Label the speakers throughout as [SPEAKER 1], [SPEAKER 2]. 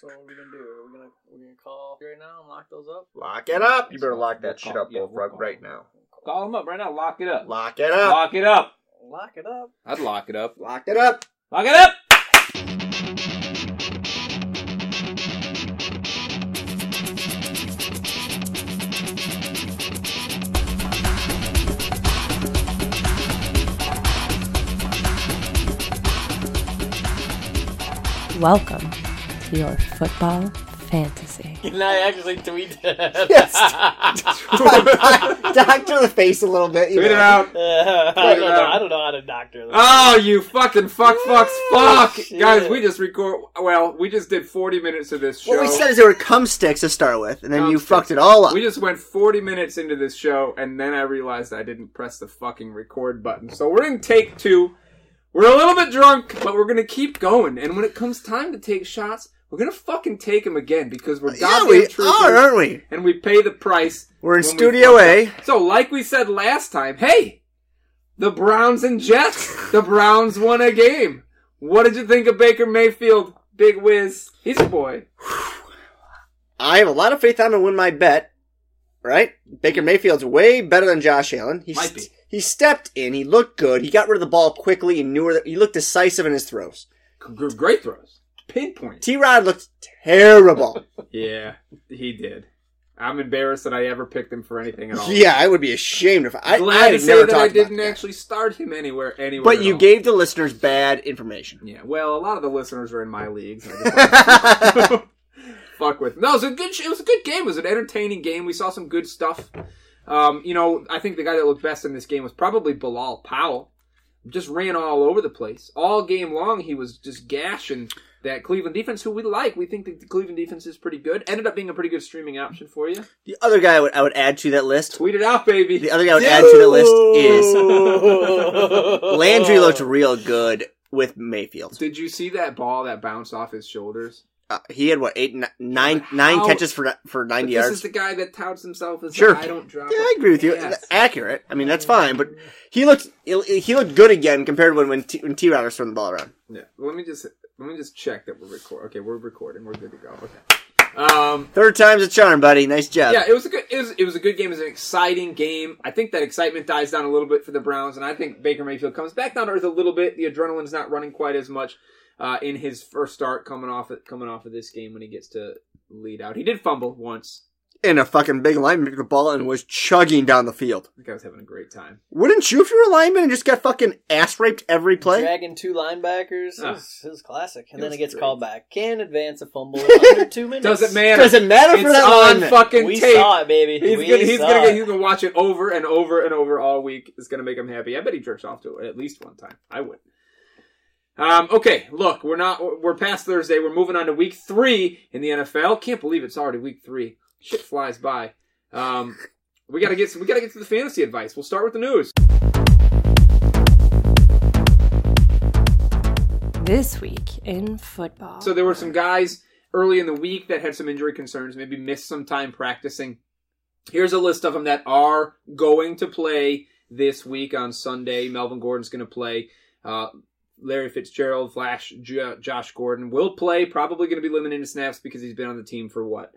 [SPEAKER 1] So what are we gonna do? Are we gonna we're gonna call right now and lock those up?
[SPEAKER 2] Lock it up. You
[SPEAKER 3] It's
[SPEAKER 2] better
[SPEAKER 3] fine.
[SPEAKER 2] lock
[SPEAKER 3] We'll
[SPEAKER 2] that shit
[SPEAKER 3] call-
[SPEAKER 2] up,
[SPEAKER 3] yeah, we'll
[SPEAKER 2] Bullfrog,
[SPEAKER 3] call.
[SPEAKER 2] right now.
[SPEAKER 3] Call him up right now. Lock it up.
[SPEAKER 2] Lock it up.
[SPEAKER 3] Lock it up.
[SPEAKER 1] Lock it up.
[SPEAKER 3] I'd lock it up.
[SPEAKER 2] Lock it up.
[SPEAKER 3] Lock it up.
[SPEAKER 4] Welcome to your football fantasy.
[SPEAKER 1] Can I actually tweet that?
[SPEAKER 5] Yes. doctor the face a little bit. you
[SPEAKER 3] Tweet it
[SPEAKER 5] know.
[SPEAKER 3] out.
[SPEAKER 1] I,
[SPEAKER 3] it
[SPEAKER 1] don't know,
[SPEAKER 3] out.
[SPEAKER 1] I don't know how to doctor this. Oh,
[SPEAKER 3] Oh, you fucking fuck fucks fuck!
[SPEAKER 1] shit.
[SPEAKER 3] Guys, we just record. Well, we just did 40 minutes of this show.
[SPEAKER 5] What we said is there were cum sticks to start with, and then
[SPEAKER 3] Cum
[SPEAKER 5] you
[SPEAKER 3] sticks.
[SPEAKER 5] fucked it all up.
[SPEAKER 3] We just went 40 minutes into this show, and then I realized I didn't press the fucking record button. So we're in take two. We're a little bit drunk, but we're gonna keep going. And when it comes time to take shots, we're gonna fucking take them again because we're
[SPEAKER 5] yeah,
[SPEAKER 3] goddamn
[SPEAKER 5] we are,
[SPEAKER 3] troopers,
[SPEAKER 5] aren't we?
[SPEAKER 3] and we pay the price.
[SPEAKER 5] We're in
[SPEAKER 3] when we
[SPEAKER 5] Studio
[SPEAKER 3] fuck
[SPEAKER 5] A.
[SPEAKER 3] So, like we said last time, hey, the Browns and Jets. The Browns won a game. What did you think of Baker Mayfield? Big whiz. He's a boy.
[SPEAKER 5] I have a lot of faith I'm going to win my bet, right? Baker Mayfield's way better than Josh Allen. He
[SPEAKER 3] Might be.
[SPEAKER 5] He stepped in. He looked good. He got rid of the ball quickly and knew where the, he looked decisive in his throws.
[SPEAKER 3] G- g- Great throws. Pinpoint.
[SPEAKER 5] T Rod looked terrible.
[SPEAKER 3] Yeah, he did. I'm embarrassed that I ever picked him for anything at all.
[SPEAKER 5] yeah, I would be ashamed if I.
[SPEAKER 3] Glad
[SPEAKER 5] I
[SPEAKER 3] to
[SPEAKER 5] had
[SPEAKER 3] say
[SPEAKER 5] never
[SPEAKER 3] that I
[SPEAKER 5] talked about
[SPEAKER 3] didn't
[SPEAKER 5] that.
[SPEAKER 3] actually start him anywhere. Anywhere.
[SPEAKER 5] But
[SPEAKER 3] at
[SPEAKER 5] you
[SPEAKER 3] all.
[SPEAKER 5] gave the listeners bad information.
[SPEAKER 3] Yeah. Well, a lot of the listeners are in my leagues. I just wanna fuck with. No, it was a good. It was a good game. It was an entertaining game. We saw some good stuff. Um, you know, I think the guy that looked best in this game was probably Bilal Powell. Just ran all over the place all game long. He was just gashing that Cleveland defense, who we like. We think that the Cleveland defense is pretty good. Ended up being a pretty good streaming option for you.
[SPEAKER 5] The other guy I would, I would add to that list.
[SPEAKER 3] Tweet it out, baby.
[SPEAKER 5] The other guy I would add to the list is Landry looked
[SPEAKER 1] It
[SPEAKER 5] real good with Mayfield.
[SPEAKER 3] Did you see that ball that bounced off his shoulders?
[SPEAKER 5] Uh, he had what eight, ni- nine, nine
[SPEAKER 3] How-
[SPEAKER 5] catches for for
[SPEAKER 3] But
[SPEAKER 5] ninety
[SPEAKER 3] this
[SPEAKER 5] yards.
[SPEAKER 3] is the guy that touts himself as
[SPEAKER 5] Sure.
[SPEAKER 3] the, I don't drop.
[SPEAKER 5] yeah,
[SPEAKER 3] a
[SPEAKER 5] I agree with you.
[SPEAKER 3] pass."
[SPEAKER 5] Accurate. I mean, that's fine. But he looked he looked good again compared to when when T, when T. Rod was throwing the ball around.
[SPEAKER 3] Yeah. Let me just let me just check that we're recording. Okay, we're recording. We're good to go. Okay. Um.
[SPEAKER 5] Third time's a charm, buddy. Nice job.
[SPEAKER 3] Yeah, it was a good. It was, it was a good game. It was an exciting game. I think that excitement dies down a little bit for the Browns, and I think Baker Mayfield comes back down to earth a little bit. The adrenaline's not running quite as much uh, in his first start coming off coming off of this game when he gets to lead out. He did fumble once.
[SPEAKER 5] And a fucking big lineman picked the ball and was chugging down the field.
[SPEAKER 3] I think I was having a great time.
[SPEAKER 5] Wouldn't you if you were a lineman and just got fucking ass raped every play?
[SPEAKER 1] Dragging two linebackers
[SPEAKER 3] Ah.
[SPEAKER 1] is, is classic, and
[SPEAKER 3] It
[SPEAKER 1] then
[SPEAKER 3] was
[SPEAKER 1] it gets
[SPEAKER 3] great.
[SPEAKER 1] called back. Can advance a fumble under two minutes.
[SPEAKER 3] Doesn't matter.
[SPEAKER 5] Doesn't matter for
[SPEAKER 3] It's
[SPEAKER 5] that
[SPEAKER 3] on
[SPEAKER 5] lineman.
[SPEAKER 3] fucking
[SPEAKER 1] We
[SPEAKER 3] tape.
[SPEAKER 1] saw it, baby.
[SPEAKER 3] He's
[SPEAKER 1] we
[SPEAKER 3] gonna he's
[SPEAKER 1] saw
[SPEAKER 3] gonna
[SPEAKER 1] it.
[SPEAKER 3] get, he's gonna watch it over and over and over all week. It's gonna make him happy. I bet he jerks off to it at least one time. I would. Um, okay, look, we're not we're past Thursday. We're moving on to week three in the NFL. Can't believe it's already week three. Shit flies by. Um, we gotta get some, we gotta get to the fantasy advice. We'll start with the news.
[SPEAKER 4] This week in football.
[SPEAKER 3] So there were some guys early in the week that had some injury concerns, maybe missed some time practicing. Here's a list of them that are going to play this week on Sunday. Melvin Gordon's going to play. Uh, Larry Fitzgerald, Flash, Jo- Josh Gordon will play. Probably going to be limited in snaps because he's been on the team for what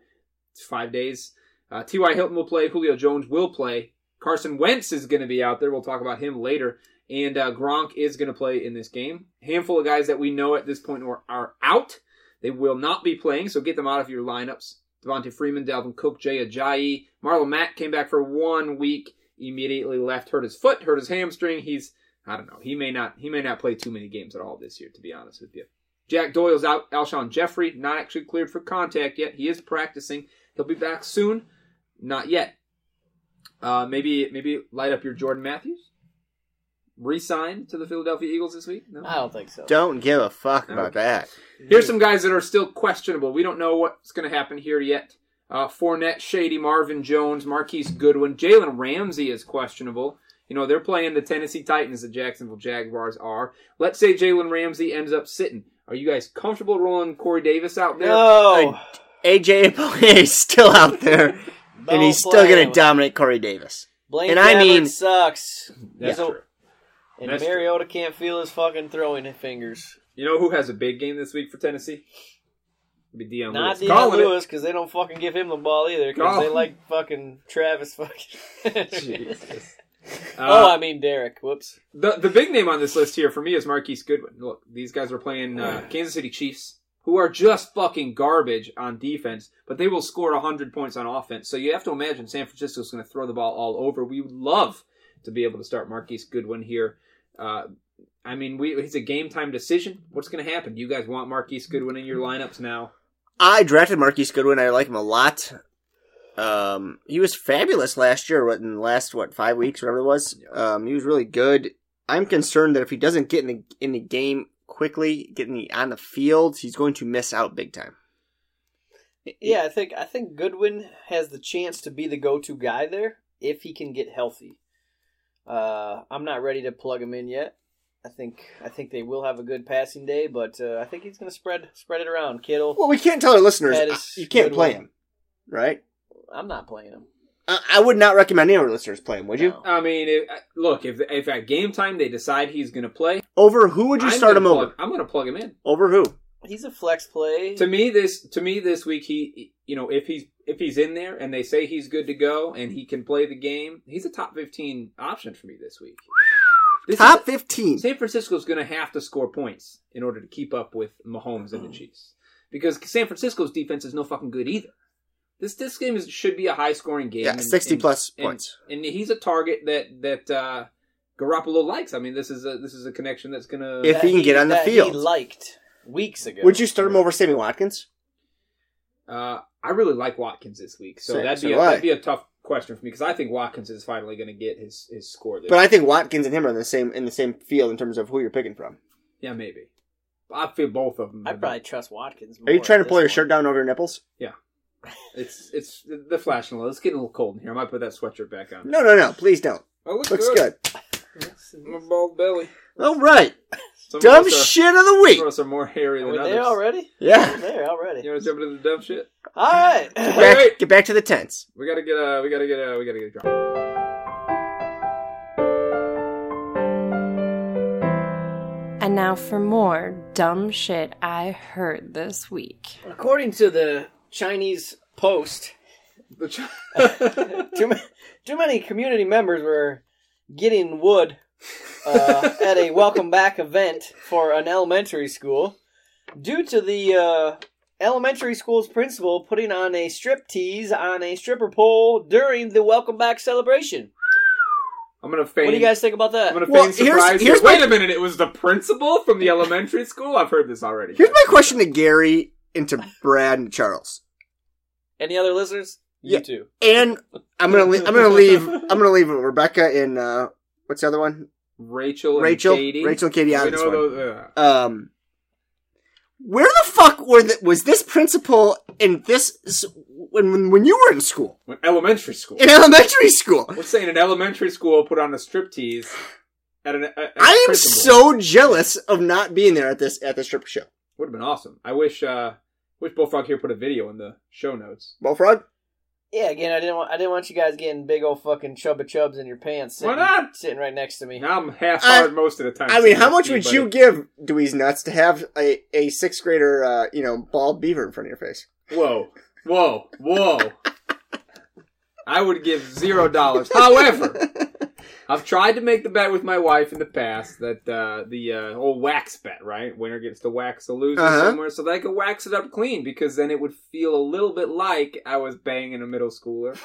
[SPEAKER 3] five days. Uh, T.Y. Hilton will play. Julio Jones will play. Carson Wentz is going to be out there. We'll talk about him later. And uh, Gronk is going to play in this game. Handful of guys that we know at this point are, are out. They will not be playing, so get them out of your lineups. Devontae Freeman, Dalvin Cook, Jay Ajayi. Marlon Mack came back for one week, immediately left, hurt his foot, hurt his hamstring. He's, I don't know, he may not he may not play too many games at all this year, to be honest with you. Jack Doyle's out. Alshon Jeffrey, not actually cleared for contact yet. He is practicing. He'll be back soon. Not yet. Uh, maybe maybe light up your Jordan Matthews. Resign to the Philadelphia Eagles this week. No?
[SPEAKER 1] I don't think so.
[SPEAKER 5] Don't give a fuck
[SPEAKER 3] No.
[SPEAKER 5] about that.
[SPEAKER 3] Here's some guys that are still questionable. We don't know what's going to happen here yet. Uh, Fournette, Shady, Marvin Jones, Marquise Goodwin, Jalen Ramsey is questionable. You know, they're playing the Tennessee Titans, the Jacksonville Jaguars are. Let's say Jalen Ramsey ends up sitting. Are you guys comfortable rolling Corey Davis out there?
[SPEAKER 1] No,
[SPEAKER 5] AJ Eponier is still out there, and he's still going to
[SPEAKER 1] die.
[SPEAKER 5] dominate Corey Davis.
[SPEAKER 1] Blaine
[SPEAKER 5] and I
[SPEAKER 1] Gabbert
[SPEAKER 5] mean-
[SPEAKER 1] sucks.
[SPEAKER 3] That's
[SPEAKER 1] So-
[SPEAKER 3] true.
[SPEAKER 1] And
[SPEAKER 3] That's
[SPEAKER 1] Mariota can't feel his fucking throwing fingers.
[SPEAKER 3] You know who has a big game this week for Tennessee? It'd be Dion
[SPEAKER 1] Not
[SPEAKER 3] Lewis.
[SPEAKER 1] Deion
[SPEAKER 3] Calling it.
[SPEAKER 1] Lewis because they don't fucking give him the ball either because they
[SPEAKER 3] Colin.
[SPEAKER 1] like fucking Travis fucking.
[SPEAKER 3] Jesus.
[SPEAKER 1] oh,
[SPEAKER 3] Uh,
[SPEAKER 1] I mean Derek. Whoops.
[SPEAKER 3] the the big name on this list here for me is Marquise Goodwin. Look, these guys are playing uh, Kansas City Chiefs, who are just fucking garbage on defense, but they will score hundred points on offense. So you have to imagine San Francisco's going to throw the ball all over. We would love to be able to start Marquise Goodwin here. Uh, I mean, we, it's a game time decision. What's going to happen? You guys want Marquise Goodwin in your lineups now?
[SPEAKER 5] I drafted Marquise Goodwin. I like him a lot. Um, he was fabulous last year. What in the last what five weeks, whatever it was. Um, he was really good. I'm concerned that if he doesn't get in the in the game quickly, getting the, on the field, he's going to miss out big time.
[SPEAKER 1] Yeah, I think I think Goodwin has the chance to be the go-to guy there if he can get healthy. Uh, I'm not ready to plug him in yet. I think I think they will have a good passing day, but uh, I think he's going to spread spread it around. Kittle,
[SPEAKER 5] Well, we can't tell our listeners
[SPEAKER 1] That
[SPEAKER 5] uh,
[SPEAKER 1] is
[SPEAKER 5] you can't play
[SPEAKER 1] Goodwin.
[SPEAKER 5] him, right?
[SPEAKER 1] I'm not playing him.
[SPEAKER 5] I, I would not recommend any of our listeners play him. Would you?
[SPEAKER 1] No.
[SPEAKER 3] I mean, if, look, if if at game time they decide he's going to play,
[SPEAKER 5] Over who would you
[SPEAKER 3] I'm
[SPEAKER 5] start him
[SPEAKER 3] gonna
[SPEAKER 5] over?
[SPEAKER 3] plug- I'm going to plug him in.
[SPEAKER 5] Over who?
[SPEAKER 1] He's a flex play.
[SPEAKER 3] to me this to me this week he you know if he's if he's in there and they say he's good to go and he can play the game he's a top 15 option for me this week this
[SPEAKER 5] Top
[SPEAKER 3] is,
[SPEAKER 5] fifteen.
[SPEAKER 3] san francisco's going to have to score points in order to keep up with mahomes and the chiefs because san francisco's defense is no fucking good either this this game is, should be a high scoring game
[SPEAKER 5] Yeah, 60 plus points.
[SPEAKER 3] and, he's a target that that uh Garoppolo likes. I mean, this is a this is a connection that's gonna.
[SPEAKER 5] If he can get on the
[SPEAKER 1] that
[SPEAKER 5] field.
[SPEAKER 1] he liked weeks ago.
[SPEAKER 5] Would you start him over Sammy Watkins?
[SPEAKER 3] Uh, I really like Watkins this week, so
[SPEAKER 5] Same,
[SPEAKER 3] that'd
[SPEAKER 5] so
[SPEAKER 3] be a,
[SPEAKER 5] do I.
[SPEAKER 3] that'd be a tough question for me because I think Watkins is finally going to get his his score. This
[SPEAKER 5] But
[SPEAKER 3] week.
[SPEAKER 5] I think Watkins and him are in the same in the same field in terms of who you're picking from.
[SPEAKER 3] yeah, maybe. I feel both of them.
[SPEAKER 1] I probably trust Watkins.
[SPEAKER 5] Are you
[SPEAKER 1] more
[SPEAKER 5] trying
[SPEAKER 1] at
[SPEAKER 5] to pull
[SPEAKER 1] this
[SPEAKER 5] your
[SPEAKER 1] point.
[SPEAKER 5] shirt down over your nipples?
[SPEAKER 3] It's it's the flashing light. It's getting a little cold in here. I might put that sweatshirt back on.
[SPEAKER 5] No, no, no. Please don't.
[SPEAKER 3] Oh, looks,
[SPEAKER 5] Looks good.
[SPEAKER 3] My bald belly.
[SPEAKER 5] All right.
[SPEAKER 3] Some of
[SPEAKER 5] Dumb
[SPEAKER 3] us are-
[SPEAKER 5] shit of the
[SPEAKER 3] Some
[SPEAKER 5] week.
[SPEAKER 3] of us are more hairy than
[SPEAKER 1] We're
[SPEAKER 3] others.
[SPEAKER 1] there already. We're
[SPEAKER 5] Yeah.
[SPEAKER 1] there already.
[SPEAKER 3] You want to jump into the dumb shit?
[SPEAKER 1] All right.
[SPEAKER 5] Back-
[SPEAKER 3] right.
[SPEAKER 5] Get back to the tents.
[SPEAKER 3] We gotta get a. We gotta get a. We gotta get a drop.
[SPEAKER 4] And now for more dumb shit I heard this week.
[SPEAKER 1] According to the Chinese Post,
[SPEAKER 3] The ch-
[SPEAKER 1] too, ma- too many community members were getting wood uh, at a welcome back event for an elementary school due to the uh, elementary school's principal putting on a strip tease on a stripper pole during the welcome back celebration.
[SPEAKER 3] I'm gonna feign.
[SPEAKER 1] What do you guys think about
[SPEAKER 3] I'm
[SPEAKER 1] that?
[SPEAKER 3] gonna feign
[SPEAKER 5] Well, here's-
[SPEAKER 3] surprise. here.
[SPEAKER 5] here's my-
[SPEAKER 3] Wait a minute. It was the principal from the elementary school. I've heard this already.
[SPEAKER 5] Here's my question to Gary and to Brad and Charles.
[SPEAKER 1] Any other listeners?
[SPEAKER 5] Yeah.
[SPEAKER 1] You too.
[SPEAKER 5] And I'm gonna le- I'm gonna leave I'm gonna leave Rebecca and uh, what's the other one?
[SPEAKER 3] Rachel and
[SPEAKER 5] Rachel
[SPEAKER 3] Katie.
[SPEAKER 5] Rachel and Katie out
[SPEAKER 3] We
[SPEAKER 5] of this
[SPEAKER 3] know
[SPEAKER 5] one.
[SPEAKER 3] those, uh,
[SPEAKER 5] Um, where the fuck were the, was this principal in this s- when when- when you were in school
[SPEAKER 3] when elementary school.
[SPEAKER 5] in elementary school?
[SPEAKER 3] We're saying an elementary school put on a striptease at an. At, at a
[SPEAKER 5] I am
[SPEAKER 3] principal.
[SPEAKER 5] so jealous of not being there at this at the strip show.
[SPEAKER 3] Would have been awesome. I wish. uh Wish Bullfrog here put a video in the show notes.
[SPEAKER 5] Bullfrog,
[SPEAKER 1] Yeah, again, I didn't want I didn't want you guys getting big old fucking chubba chubs in your pants. Sitting,
[SPEAKER 3] Why not?
[SPEAKER 1] Sitting right next to me.
[SPEAKER 3] Now I'm half hard most of the time.
[SPEAKER 5] I mean,
[SPEAKER 3] so
[SPEAKER 5] how much
[SPEAKER 3] you,
[SPEAKER 5] would
[SPEAKER 3] buddy.
[SPEAKER 5] you give Dewey's nuts to have a, a sixth grader, uh, you know, bald beaver in front of your face?
[SPEAKER 3] Whoa, whoa, whoa! I would give zero dollars. However, I've tried to make the bet with my wife in the past that uh, the uh, old wax bet, right? Winner gets to wax the loser
[SPEAKER 5] Uh-huh.
[SPEAKER 3] somewhere, so that I could wax it up clean because then it would feel a little bit like I was banging a middle schooler.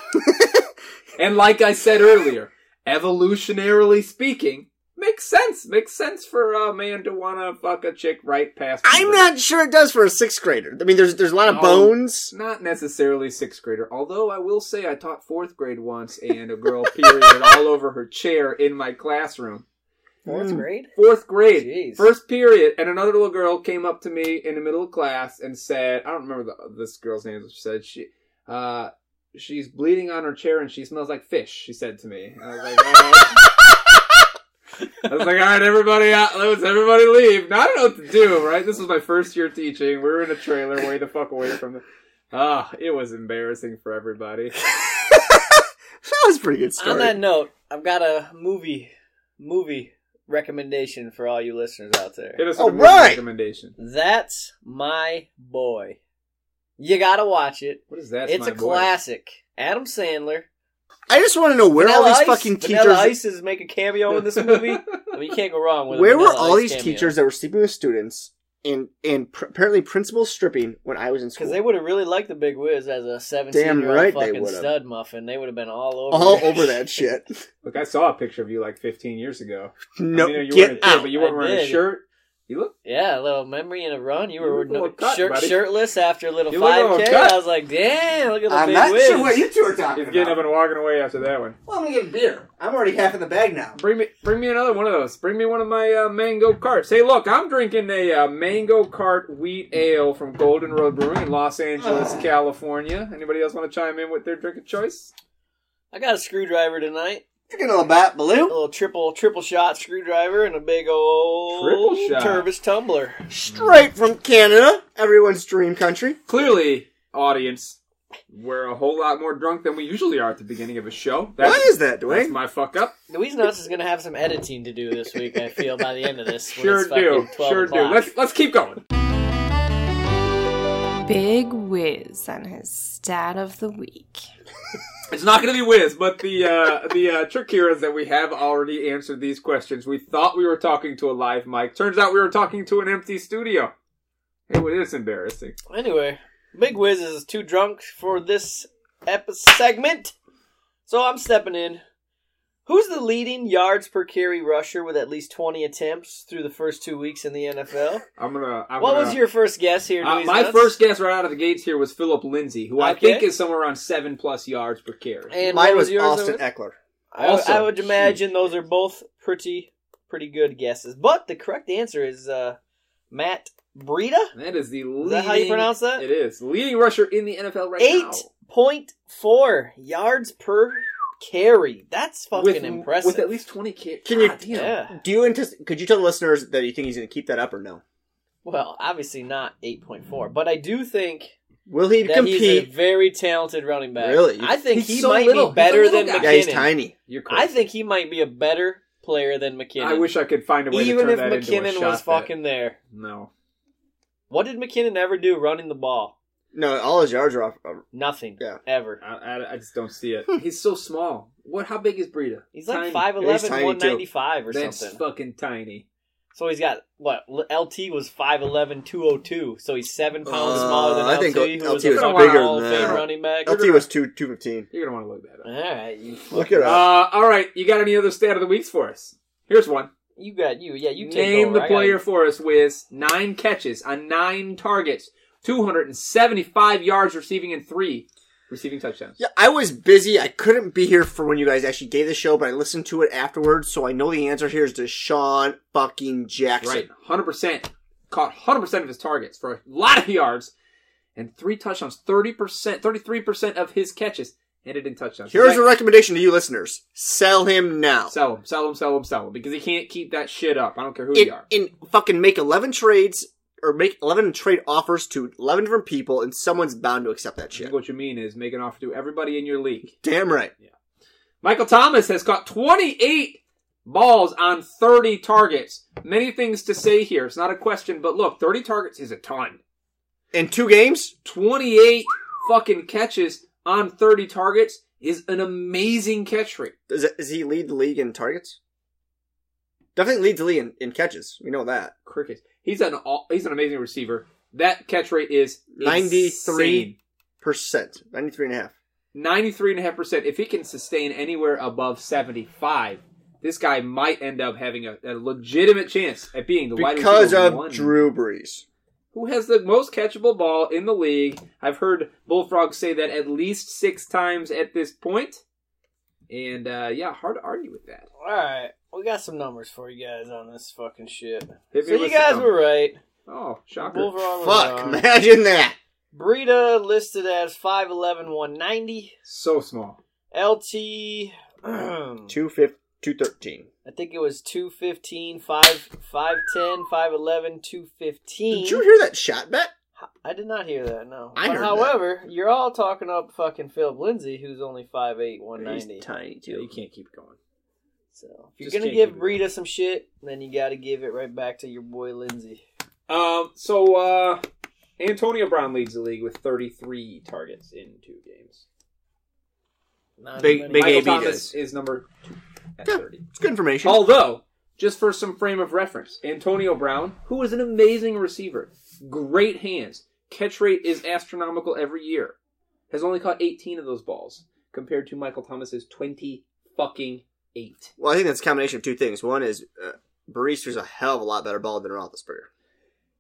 [SPEAKER 3] and like I said earlier, evolutionarily speaking. Makes sense. Makes sense for a man to want to fuck a chick right past.
[SPEAKER 5] I'm
[SPEAKER 3] puberty.
[SPEAKER 5] not sure it does for a sixth grader. I mean, there's there's a lot of
[SPEAKER 3] No.
[SPEAKER 5] bones.
[SPEAKER 3] It's not necessarily sixth grader, although I will say I taught fourth grade once and a girl period all over her chair in my classroom.
[SPEAKER 1] Fourth grade.
[SPEAKER 3] Fourth grade,
[SPEAKER 1] Jeez.
[SPEAKER 3] Mm. first period, and another little girl came up to me in the middle of class and said, I don't remember the, this girl's name, but she said, she, uh, she's bleeding on her chair and she smells like fish, she said to me. And I was like, all right. I was like, all right, everybody out, let's everybody leave. Now I don't know what to do, right? This was my first year teaching. We were in a trailer way the fuck away from the. Ah, it was embarrassing for everybody.
[SPEAKER 5] That was a pretty good story.
[SPEAKER 1] On that note, I've got a movie movie recommendation for all you listeners out there.
[SPEAKER 3] Hit us
[SPEAKER 5] All
[SPEAKER 3] with a movie
[SPEAKER 5] right.
[SPEAKER 3] recommendation.
[SPEAKER 1] That's my boy. You gotta watch it.
[SPEAKER 3] What is that?
[SPEAKER 1] it's a
[SPEAKER 3] my boy?
[SPEAKER 1] classic. Adam Sandler.
[SPEAKER 5] I just want to know where all
[SPEAKER 1] Vanilla
[SPEAKER 5] these
[SPEAKER 1] Ice-
[SPEAKER 5] fucking
[SPEAKER 1] Vanilla
[SPEAKER 5] teachers.
[SPEAKER 1] Ice is make a cameo in this movie. I mean, you can't go wrong with. a
[SPEAKER 5] Where were
[SPEAKER 1] Vanilla
[SPEAKER 5] all
[SPEAKER 1] Ice
[SPEAKER 5] these
[SPEAKER 1] cameo.
[SPEAKER 5] teachers that were sleeping with students and and pr- apparently principal stripping when I was in school?
[SPEAKER 1] Because they would have really liked the Big Wiz as a
[SPEAKER 5] Damn
[SPEAKER 1] seventeen-year-old
[SPEAKER 5] right they
[SPEAKER 1] fucking
[SPEAKER 5] would've.
[SPEAKER 1] stud muffin. They would have been all over.
[SPEAKER 5] all
[SPEAKER 1] it.
[SPEAKER 5] over that shit.
[SPEAKER 3] Look, I saw a picture of you like 15 years ago.
[SPEAKER 5] No,
[SPEAKER 3] I mean, you
[SPEAKER 5] get
[SPEAKER 3] weren't a kid,
[SPEAKER 5] out.
[SPEAKER 3] but you weren't
[SPEAKER 1] I
[SPEAKER 3] wearing a
[SPEAKER 1] did.
[SPEAKER 3] shirt. You look.
[SPEAKER 1] Yeah, a little memory in a run. You
[SPEAKER 3] You
[SPEAKER 1] were
[SPEAKER 3] look a little cut,
[SPEAKER 1] shirt,
[SPEAKER 3] buddy.
[SPEAKER 1] shirtless after a little
[SPEAKER 3] You look a little
[SPEAKER 1] five k.
[SPEAKER 3] cut.
[SPEAKER 1] I was like, damn, look at the
[SPEAKER 5] I'm
[SPEAKER 1] Big
[SPEAKER 5] not
[SPEAKER 1] Wiz.
[SPEAKER 5] sure what you two are talking
[SPEAKER 3] He's getting up
[SPEAKER 5] about.
[SPEAKER 3] and walking away after that one.
[SPEAKER 5] Well, I'm gonna get beer. I'm already half in the bag now.
[SPEAKER 3] Bring me, bring me another one of those. Bring me one of my uh, mango carts. Hey, look, I'm drinking a uh, mango cart wheat ale from Golden Road Brewing in Los Angeles, California. Anybody else want to chime in with their drink of choice?
[SPEAKER 1] I got a screwdriver tonight.
[SPEAKER 5] You're getting a little bat
[SPEAKER 1] A
[SPEAKER 5] blue.
[SPEAKER 1] little triple triple shot screwdriver and a big old
[SPEAKER 3] Triple shot.
[SPEAKER 1] Turvis tumbler.
[SPEAKER 5] Straight from Canada, everyone's dream country.
[SPEAKER 3] Clearly, audience, we're a whole lot more drunk than we usually are at the beginning of a show.
[SPEAKER 5] Why is that,
[SPEAKER 3] that's
[SPEAKER 5] Dwayne?
[SPEAKER 3] my fuck up.
[SPEAKER 1] Louise Nuts is going to have some editing to do this week. I feel by the end of this, when
[SPEAKER 3] Sure
[SPEAKER 1] it's fucking
[SPEAKER 3] do.
[SPEAKER 1] 12
[SPEAKER 3] Sure do.
[SPEAKER 1] o'clock.
[SPEAKER 3] Let's let's keep going.
[SPEAKER 4] Big Wiz and his stat of the week.
[SPEAKER 3] It's not going to be Wiz, but the uh, the uh, trick here is that we have already answered these questions. We thought we were talking to a live mic. Turns out we were talking to an empty studio. It is embarrassing.
[SPEAKER 1] Anyway, Big Wiz is too drunk for this epi- segment, so I'm stepping in. Who's the leading yards per carry rusher with at least 20 attempts through the first two weeks in the NFL?
[SPEAKER 3] I'm gonna. I'm
[SPEAKER 1] what
[SPEAKER 3] gonna-
[SPEAKER 1] was your first guess here?
[SPEAKER 3] Uh,
[SPEAKER 1] Louise
[SPEAKER 3] my
[SPEAKER 1] Nuts?
[SPEAKER 3] first guess right out of the gates here was Philip Lindsay, who I
[SPEAKER 1] Okay.
[SPEAKER 3] think is somewhere around seven plus yards per carry.
[SPEAKER 1] and
[SPEAKER 5] Mine
[SPEAKER 1] what
[SPEAKER 5] was
[SPEAKER 1] yours?
[SPEAKER 5] Austin
[SPEAKER 1] Owen?
[SPEAKER 5] Eckler.
[SPEAKER 1] I, would-
[SPEAKER 3] Also,
[SPEAKER 1] I would
[SPEAKER 3] geez.
[SPEAKER 1] imagine those are both pretty pretty good guesses. But the correct answer is uh, Matt Breida,
[SPEAKER 3] That is the leading.
[SPEAKER 1] that how you pronounce that?
[SPEAKER 3] It is leading rusher in the NFL right now.
[SPEAKER 1] 8.4 yards per carry. That's fucking
[SPEAKER 3] with,
[SPEAKER 1] impressive.
[SPEAKER 3] With at least twenty carries.
[SPEAKER 5] Can you-
[SPEAKER 1] yeah.
[SPEAKER 5] Do you anticipate? Could you tell the listeners that you think he's gonna keep that up or no?
[SPEAKER 1] Well, obviously not 8.4, but I do think
[SPEAKER 5] Will he
[SPEAKER 1] that
[SPEAKER 5] compete?
[SPEAKER 1] he's a very talented running back.
[SPEAKER 5] Really?
[SPEAKER 1] I think
[SPEAKER 3] He's
[SPEAKER 1] he
[SPEAKER 3] so
[SPEAKER 1] might
[SPEAKER 3] little.
[SPEAKER 1] be
[SPEAKER 3] He's a
[SPEAKER 1] better
[SPEAKER 3] little
[SPEAKER 1] than
[SPEAKER 3] guy.
[SPEAKER 1] McKinnon.
[SPEAKER 5] yeah, he's tiny.
[SPEAKER 3] You're correct.
[SPEAKER 1] I think he might be a better player than McKinnon.
[SPEAKER 3] I wish I could find a way
[SPEAKER 1] even
[SPEAKER 3] to
[SPEAKER 1] if
[SPEAKER 3] turn that into a
[SPEAKER 1] McKinnon
[SPEAKER 3] shot
[SPEAKER 1] was
[SPEAKER 3] that-
[SPEAKER 1] fucking there.
[SPEAKER 3] no.
[SPEAKER 1] What did McKinnon ever do running the ball?
[SPEAKER 5] No, all his yards are off. uh, are-
[SPEAKER 1] Nothing.
[SPEAKER 5] Yeah.
[SPEAKER 1] Ever.
[SPEAKER 3] I, I, I just don't see it. He's so small. What? How big is Breida?
[SPEAKER 1] He's like
[SPEAKER 3] Tiny.
[SPEAKER 1] 5'11,
[SPEAKER 5] He's tiny,
[SPEAKER 1] 195 or
[SPEAKER 3] That's
[SPEAKER 1] something.
[SPEAKER 3] fucking tiny.
[SPEAKER 1] So he's got what L- LT was 5'11", 202. So he's seven pounds
[SPEAKER 5] Uh,
[SPEAKER 1] smaller than
[SPEAKER 5] I
[SPEAKER 1] LT,
[SPEAKER 5] think
[SPEAKER 1] who
[SPEAKER 5] LT
[SPEAKER 1] was, a
[SPEAKER 3] was
[SPEAKER 1] fucking
[SPEAKER 3] bigger
[SPEAKER 1] Hall of
[SPEAKER 5] than
[SPEAKER 1] Fame
[SPEAKER 5] that.
[SPEAKER 1] running back.
[SPEAKER 5] LT was two two fifteen.
[SPEAKER 3] You're gonna want to look that up.
[SPEAKER 1] All right, you,
[SPEAKER 5] Look it up.
[SPEAKER 3] Uh, all right. You got any other stat of the weeks for us? Here's one.
[SPEAKER 1] you got you. Yeah, you take
[SPEAKER 3] Name
[SPEAKER 1] over. I
[SPEAKER 3] the
[SPEAKER 1] gotta-
[SPEAKER 3] player for us with nine catches on nine targets, 275 yards receiving, and three receiving touchdowns.
[SPEAKER 5] Yeah, I was busy. I couldn't be here for when you guys actually gave the show, but I listened to it afterwards, so I know the answer here is Deshaun fucking Jackson.
[SPEAKER 3] Right, 100%. Caught 100% of his targets for a lot of yards and three touchdowns, 30%, 33% of his catches ended in touchdowns.
[SPEAKER 5] Here's
[SPEAKER 3] Zach-
[SPEAKER 5] a recommendation to you listeners: sell him now.
[SPEAKER 3] Sell him, sell him, sell him, sell him. Because he can't keep that shit up. I don't care who
[SPEAKER 5] and,
[SPEAKER 3] you are.
[SPEAKER 5] and fucking make eleven trades or make eleven trade offers to eleven different people, and someone's bound to accept that
[SPEAKER 3] I think
[SPEAKER 5] shit.
[SPEAKER 3] What you mean is make an offer to everybody in your league.
[SPEAKER 5] Damn right.
[SPEAKER 3] Michael Thomas has caught 28 balls on 30 targets. Many things to say here. It's not a question, but look, 30 targets is a ton.
[SPEAKER 5] In two games,
[SPEAKER 3] 28 fucking catches on 30 targets is an amazing catch rate.
[SPEAKER 5] does, it, does he lead the league in targets? Definitely leads the league in, in catches. We know that.
[SPEAKER 3] crickets. He's an all, he's an amazing receiver. That catch rate is
[SPEAKER 5] 93. Percent, ninety three and a half.
[SPEAKER 3] 93.5%. If he can sustain anywhere above 75, this guy might end up having a, a legitimate chance at being the wide
[SPEAKER 5] because
[SPEAKER 3] receiver
[SPEAKER 5] of
[SPEAKER 3] one.
[SPEAKER 5] Drew Brees.
[SPEAKER 3] who has the most catchable ball in the league. I've heard Bullfrog say that at least six times at this point. And uh, yeah, hard to argue with that.
[SPEAKER 1] All right, we got some numbers for you guys on this fucking shit.
[SPEAKER 3] Hit me
[SPEAKER 1] So you
[SPEAKER 3] with
[SPEAKER 1] guys
[SPEAKER 3] some.
[SPEAKER 1] were right.
[SPEAKER 3] oh shocker.
[SPEAKER 1] Wolverine was
[SPEAKER 5] Fuck,
[SPEAKER 1] wrong.
[SPEAKER 5] imagine that.
[SPEAKER 1] Breida listed as 5'11", 190.
[SPEAKER 3] So small.
[SPEAKER 1] LT, I
[SPEAKER 5] Two fif- 213.
[SPEAKER 1] think it was 215, 5, 5'10", 5'11", 215.
[SPEAKER 5] Did you hear that shot bet?
[SPEAKER 1] I did not hear that. No.
[SPEAKER 5] I
[SPEAKER 1] But
[SPEAKER 5] heard that.
[SPEAKER 1] however, you're all talking up fucking Philip Lindsay, who's only 5'8", 190.
[SPEAKER 5] tiny
[SPEAKER 3] Yeah, you can't keep going.
[SPEAKER 1] so if
[SPEAKER 3] Just
[SPEAKER 1] you're gonna
[SPEAKER 3] can't
[SPEAKER 1] give
[SPEAKER 3] keep it
[SPEAKER 1] Breida some shit, then you got to give it right back to your boy Lindsay.
[SPEAKER 3] Um, so uh, Antonio Brown leads the league with 33 targets in two games.
[SPEAKER 1] Not
[SPEAKER 5] Big-
[SPEAKER 1] many.
[SPEAKER 5] big
[SPEAKER 3] Michael
[SPEAKER 5] AB
[SPEAKER 3] Thomas
[SPEAKER 5] does.
[SPEAKER 3] is number two at
[SPEAKER 5] Yeah.
[SPEAKER 3] 30.
[SPEAKER 5] It's good information.
[SPEAKER 3] Although, just for some frame of reference, Antonio Brown, who is an amazing receiver, great hands, catch rate is astronomical every year, has only caught 18 of those balls compared to Michael Thomas's 20 fucking eight.
[SPEAKER 5] Well, I think that's a combination of two things. One is uh, Barista's a hell of a lot better ball than Roethlisberger.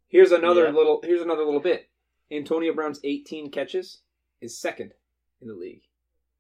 [SPEAKER 3] Here's another
[SPEAKER 1] Yeah.
[SPEAKER 3] little. Here's another little bit. Antonio Brown's 18 catches is second in the league,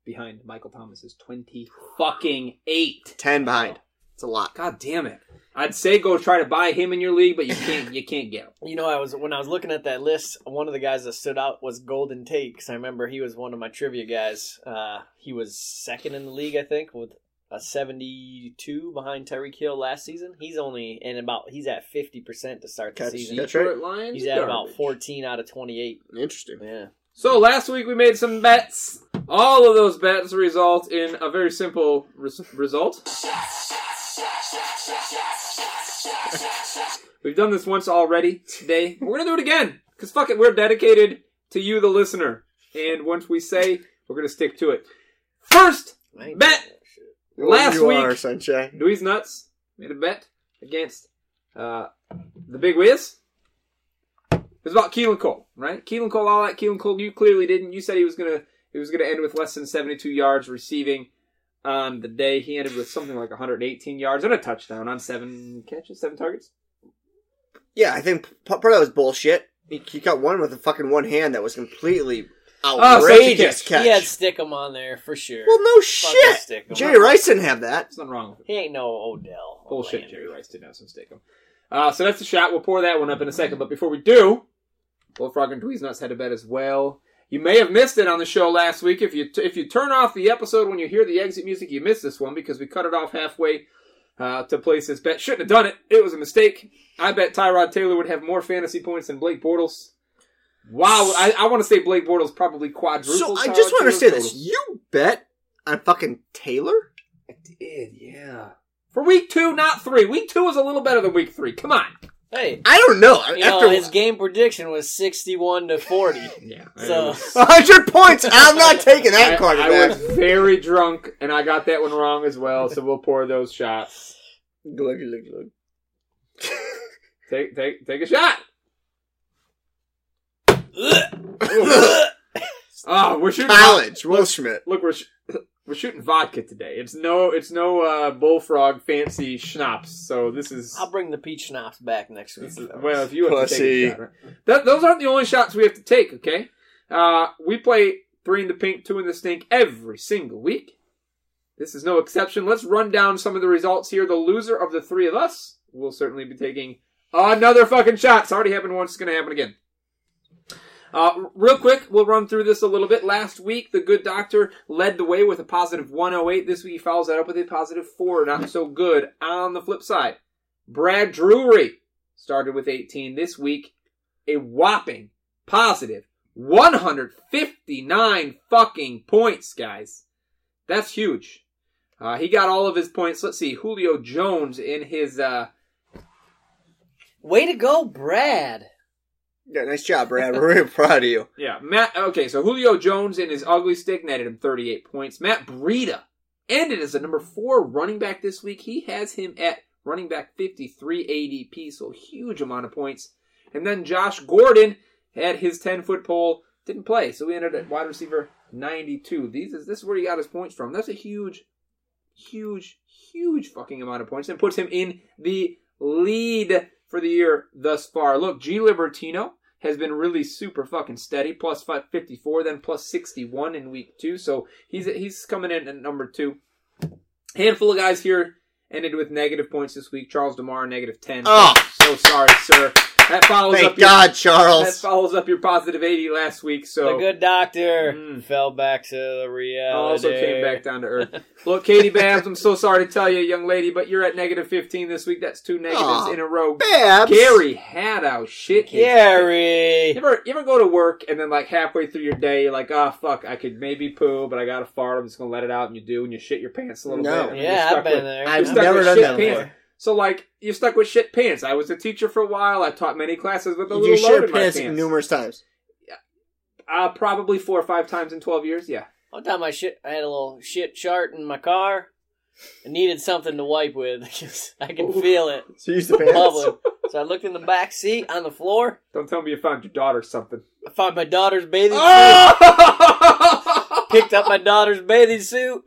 [SPEAKER 3] behind Michael Thomas's 20 fucking eight.
[SPEAKER 5] Ten behind. It's a lot.
[SPEAKER 3] God damn it! I'd say go try to buy him in your league, but you can't. You can't get him.
[SPEAKER 1] You know, I was when I was looking at that list, one of the guys that stood out was Golden Tate because I remember he was one of my trivia guys. Uh, he was second in the league, I think, with a 72 behind Tyreek Hill last season. He's only in about he's at 50 percent to start the
[SPEAKER 5] Catch-
[SPEAKER 1] season.
[SPEAKER 5] catch. That's
[SPEAKER 3] Detroit Lions.
[SPEAKER 1] He's at
[SPEAKER 3] are
[SPEAKER 1] about
[SPEAKER 3] garbage.
[SPEAKER 1] 14 out of 28.
[SPEAKER 5] Interesting.
[SPEAKER 1] Yeah,
[SPEAKER 3] So last week we made some bets. All of those bets result in a very simple res- result. We've done this once already today. We're gonna do it again because fuck it, we're dedicated to you, the listener. And once we say, we're gonna stick to it. First
[SPEAKER 1] I ain't
[SPEAKER 3] Bet!
[SPEAKER 1] doing that shit.
[SPEAKER 3] Last
[SPEAKER 5] you
[SPEAKER 3] week-
[SPEAKER 5] are, sunshine.
[SPEAKER 3] Louise Nuts made a bet against uh, the Big Wiz. It was about Keelan Cole, right? Keelan Cole, all that. Keelan Cole, you clearly didn't. You said he was gonna he was gonna end with less than seventy two yards receiving on the day. He ended with something like one hundred eighteen yards and a touchdown on seven catches, seven targets.
[SPEAKER 5] Yeah, I think p- part of that was bullshit. He, he caught one with a fucking one hand that was completely
[SPEAKER 3] Oh, such a
[SPEAKER 5] outrageous catch.
[SPEAKER 1] He had Stickum on there for sure.
[SPEAKER 5] well, no
[SPEAKER 1] Fucking
[SPEAKER 5] shit.
[SPEAKER 1] Stickum.
[SPEAKER 5] Jerry Rice didn't have that.
[SPEAKER 3] There's nothing wrong with it.
[SPEAKER 1] He ain't no Odell. Oh,
[SPEAKER 5] Oh,
[SPEAKER 3] Bullshit,
[SPEAKER 1] Landry.
[SPEAKER 3] Jerry Rice did have some stake him. Uh, so that's the shot. We'll pour that one up in a second. But before we do, Bullfrog and Dweeznuts had a bet as well. You may have missed it on the show last week. If you if you turn off the episode when you hear the exit music, you missed this one because we cut it off halfway uh, to place this bet. Shouldn't have done it. It was a mistake. I bet Tyrod Taylor would have more fantasy points than Blake Bortles. Wow, I, I want to say Blake Bortles probably quadrupled.
[SPEAKER 5] So I
[SPEAKER 3] Tyrod
[SPEAKER 5] just want to
[SPEAKER 3] Taylor's
[SPEAKER 5] understand this.
[SPEAKER 3] totals.
[SPEAKER 5] You bet on fucking Taylor?
[SPEAKER 3] I did, yeah. For week two, not three. Week two was a little better than week three. Come on.
[SPEAKER 1] Hey,
[SPEAKER 5] I don't know. I-
[SPEAKER 1] you
[SPEAKER 5] After
[SPEAKER 1] know, his game prediction was 61 to 40.
[SPEAKER 3] Yeah.
[SPEAKER 1] So-
[SPEAKER 5] a hundred points, I'm not taking
[SPEAKER 3] I,
[SPEAKER 5] that quarterback.
[SPEAKER 3] I was very drunk, and I got that one wrong as well. So we'll pour those shots.
[SPEAKER 5] Glug, glug, glug.
[SPEAKER 3] Take take take a shot. Oh, we're shooting.
[SPEAKER 5] College, Will Schmidt.
[SPEAKER 3] Look, we're sh- we're shooting vodka today. It's no it's no uh, bullfrog fancy schnapps. So this is.
[SPEAKER 1] I'll bring the peach schnapps back next week.
[SPEAKER 3] This is- well, if you have to
[SPEAKER 5] Pussy.
[SPEAKER 3] take a shot, right? That- those aren't the only shots we have to take. Okay, uh, we play three in the pink, two in the stink every single week. This is no exception. Let's run down some of the results here. The loser of the three of us will certainly be taking another fucking shot. It's already happened once. It's gonna happen again. Uh, r- real quick, we'll run through this a little bit. Last week, the good doctor led the way with a positive 108. This week, he follows that up with a positive 4. Not so good. On the flip side, Brad Drury started with 18 this week. A whopping positive 159 fucking points, guys. That's huge. Uh, he got all of his points. Let's see, Julio Jones in his uh,
[SPEAKER 1] Way to go, Brad.
[SPEAKER 5] Yeah, nice job, Brad. We're really proud of you.
[SPEAKER 3] Yeah, Matt. Okay, so Julio Jones in his ugly stick netted him 38 points. Matt Breida ended as the number four running back this week. He has him at running back 53 ADP, so huge amount of points. And then Josh Gordon had his 10 foot pole, didn't play, so we ended at wide receiver 92. These is this is where he got his points from. That's a huge, huge, huge fucking amount of points, and puts him in the lead for the year thus far. Look, G Libertino has been really super fucking steady, plus fi- 54, then plus 61 in week two. So he's he's coming in at number two. Handful of guys here ended with negative points this week. Charles DeMar, negative 10.
[SPEAKER 5] Oh.
[SPEAKER 3] So sorry, sir. That follows
[SPEAKER 5] Thank
[SPEAKER 3] up your,
[SPEAKER 5] God,
[SPEAKER 3] that
[SPEAKER 5] Charles.
[SPEAKER 3] follows up your positive 80 last week. So
[SPEAKER 1] the good doctor
[SPEAKER 3] Mm. Oh,
[SPEAKER 1] fell back to the reality.
[SPEAKER 3] also came back down to earth. Look, Katie Babs, I'm so sorry to tell you, young lady, but you're at negative 15 this week. That's two negatives
[SPEAKER 5] Aw,
[SPEAKER 3] in a row.
[SPEAKER 5] Babs.
[SPEAKER 3] Gary Haddow, shit. his You
[SPEAKER 1] Gary.
[SPEAKER 3] ever, you ever go to work and then like halfway through your day, you're like, oh fuck, I could maybe poo, but I got to fart. I'm just gonna let it out, and you do, and you shit your pants a little
[SPEAKER 5] No.
[SPEAKER 3] bit. and then you're
[SPEAKER 1] Yeah, I've
[SPEAKER 3] stuck
[SPEAKER 1] been
[SPEAKER 3] with-
[SPEAKER 1] there.
[SPEAKER 5] I've
[SPEAKER 3] stuck
[SPEAKER 5] never
[SPEAKER 3] with
[SPEAKER 5] done
[SPEAKER 3] shit
[SPEAKER 5] that before.
[SPEAKER 3] So like you're stuck with shit pants. I was a teacher for a while. I taught many classes with a
[SPEAKER 5] you
[SPEAKER 3] little load
[SPEAKER 5] share
[SPEAKER 3] in my
[SPEAKER 5] pants
[SPEAKER 3] pants.
[SPEAKER 5] numerous times.
[SPEAKER 3] uh, probably four or five times in twelve years. Yeah.
[SPEAKER 1] One time I shit, I had a little shit chart in my car. I needed something to wipe with. 'cause I could
[SPEAKER 3] Ooh.
[SPEAKER 1] feel it
[SPEAKER 5] So you used the
[SPEAKER 1] bubbling. So I looked in the back seat on the floor.
[SPEAKER 3] Don't tell me you found your daughter something.
[SPEAKER 1] I found my daughter's bathing suit.
[SPEAKER 5] Ah!
[SPEAKER 3] Oh!
[SPEAKER 1] Picked up my daughter's bathing suit.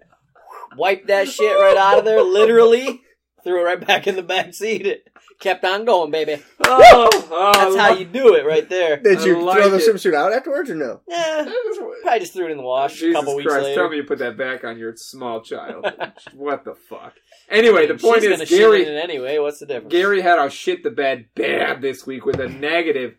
[SPEAKER 1] Wiped that shit right out of there, literally. Threw it right back in the back seat. It kept on going, baby.
[SPEAKER 3] oh,
[SPEAKER 1] That's how you do it right there.
[SPEAKER 5] Did you
[SPEAKER 3] I like
[SPEAKER 5] throw the
[SPEAKER 3] it.
[SPEAKER 5] swimsuit out afterwards or no?
[SPEAKER 1] Yeah, probably just threw it in the wash
[SPEAKER 3] Jesus
[SPEAKER 1] a couple weeks
[SPEAKER 3] Christ!
[SPEAKER 1] later.
[SPEAKER 3] Tell me you put that back on your small child. what the fuck? Anyway, the point
[SPEAKER 1] She's
[SPEAKER 3] is,
[SPEAKER 1] gonna shit in
[SPEAKER 3] Gary
[SPEAKER 1] it anyway. What's the difference?
[SPEAKER 3] Gary had our shit the bed bad this week with a negative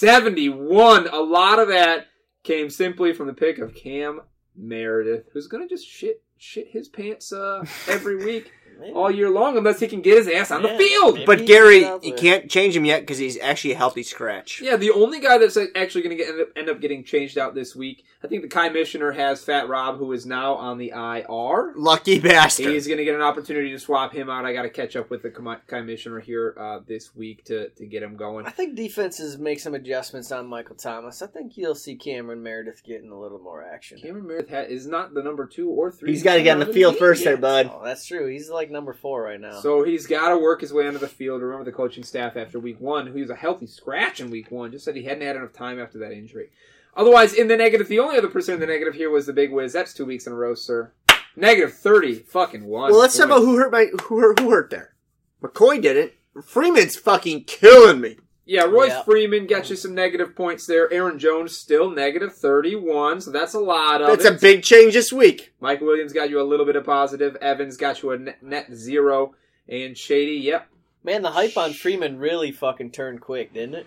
[SPEAKER 3] seventy-one. A lot of that came simply from the pick of Cam Meredith, who's gonna just shit shit his pants uh, every week
[SPEAKER 1] Maybe.
[SPEAKER 3] all year long unless he can get his ass on the
[SPEAKER 1] Yeah.
[SPEAKER 3] field.
[SPEAKER 1] Maybe
[SPEAKER 5] But
[SPEAKER 1] he's
[SPEAKER 5] Gary,
[SPEAKER 1] out
[SPEAKER 5] you
[SPEAKER 1] there.
[SPEAKER 5] can't change him yet because he's actually a healthy scratch.
[SPEAKER 3] Yeah, the only guy that's actually going to end up, end up getting changed out this week, I think the commissioner has Fat Rob, who is now on the IR.
[SPEAKER 5] Lucky bastard.
[SPEAKER 3] He's going to get an opportunity to swap him out. I got to catch up with the commi- commissioner here uh, this week to, to get him going.
[SPEAKER 1] I think defenses make some adjustments on Michael Thomas. I think you'll see Cameron Meredith getting a little more action.
[SPEAKER 3] Cameron Meredith ha- is not the number two or three.
[SPEAKER 5] He's got to get on the field first, there, bud.
[SPEAKER 1] Oh, that's true. He's like number four right now.
[SPEAKER 3] So he's got to work his way onto the field. Remember the coaching staff after week one, who was a healthy scratch in week one, just said he hadn't had enough time after that injury. Otherwise, in the negative, the only other person in the negative here was the big whiz. That's two weeks in a row, sir. Negative thirty, fucking one.
[SPEAKER 5] Well, let's talk
[SPEAKER 3] Boy.
[SPEAKER 5] about who hurt my who hurt, who hurt there. McCoy didn't. Freeman's fucking killing me.
[SPEAKER 3] Yeah, Royce
[SPEAKER 1] Yeah.
[SPEAKER 3] Freeman got you some negative points there. Aaron Jones still negative thirty-one, so that's a lot of
[SPEAKER 5] That's
[SPEAKER 3] it.
[SPEAKER 5] a big change this week.
[SPEAKER 3] Mike Williams got you a little bit of positive. Evans got you a net, net zero, and Shady, yep.
[SPEAKER 1] Man, the hype on Freeman really fucking turned quick, didn't it?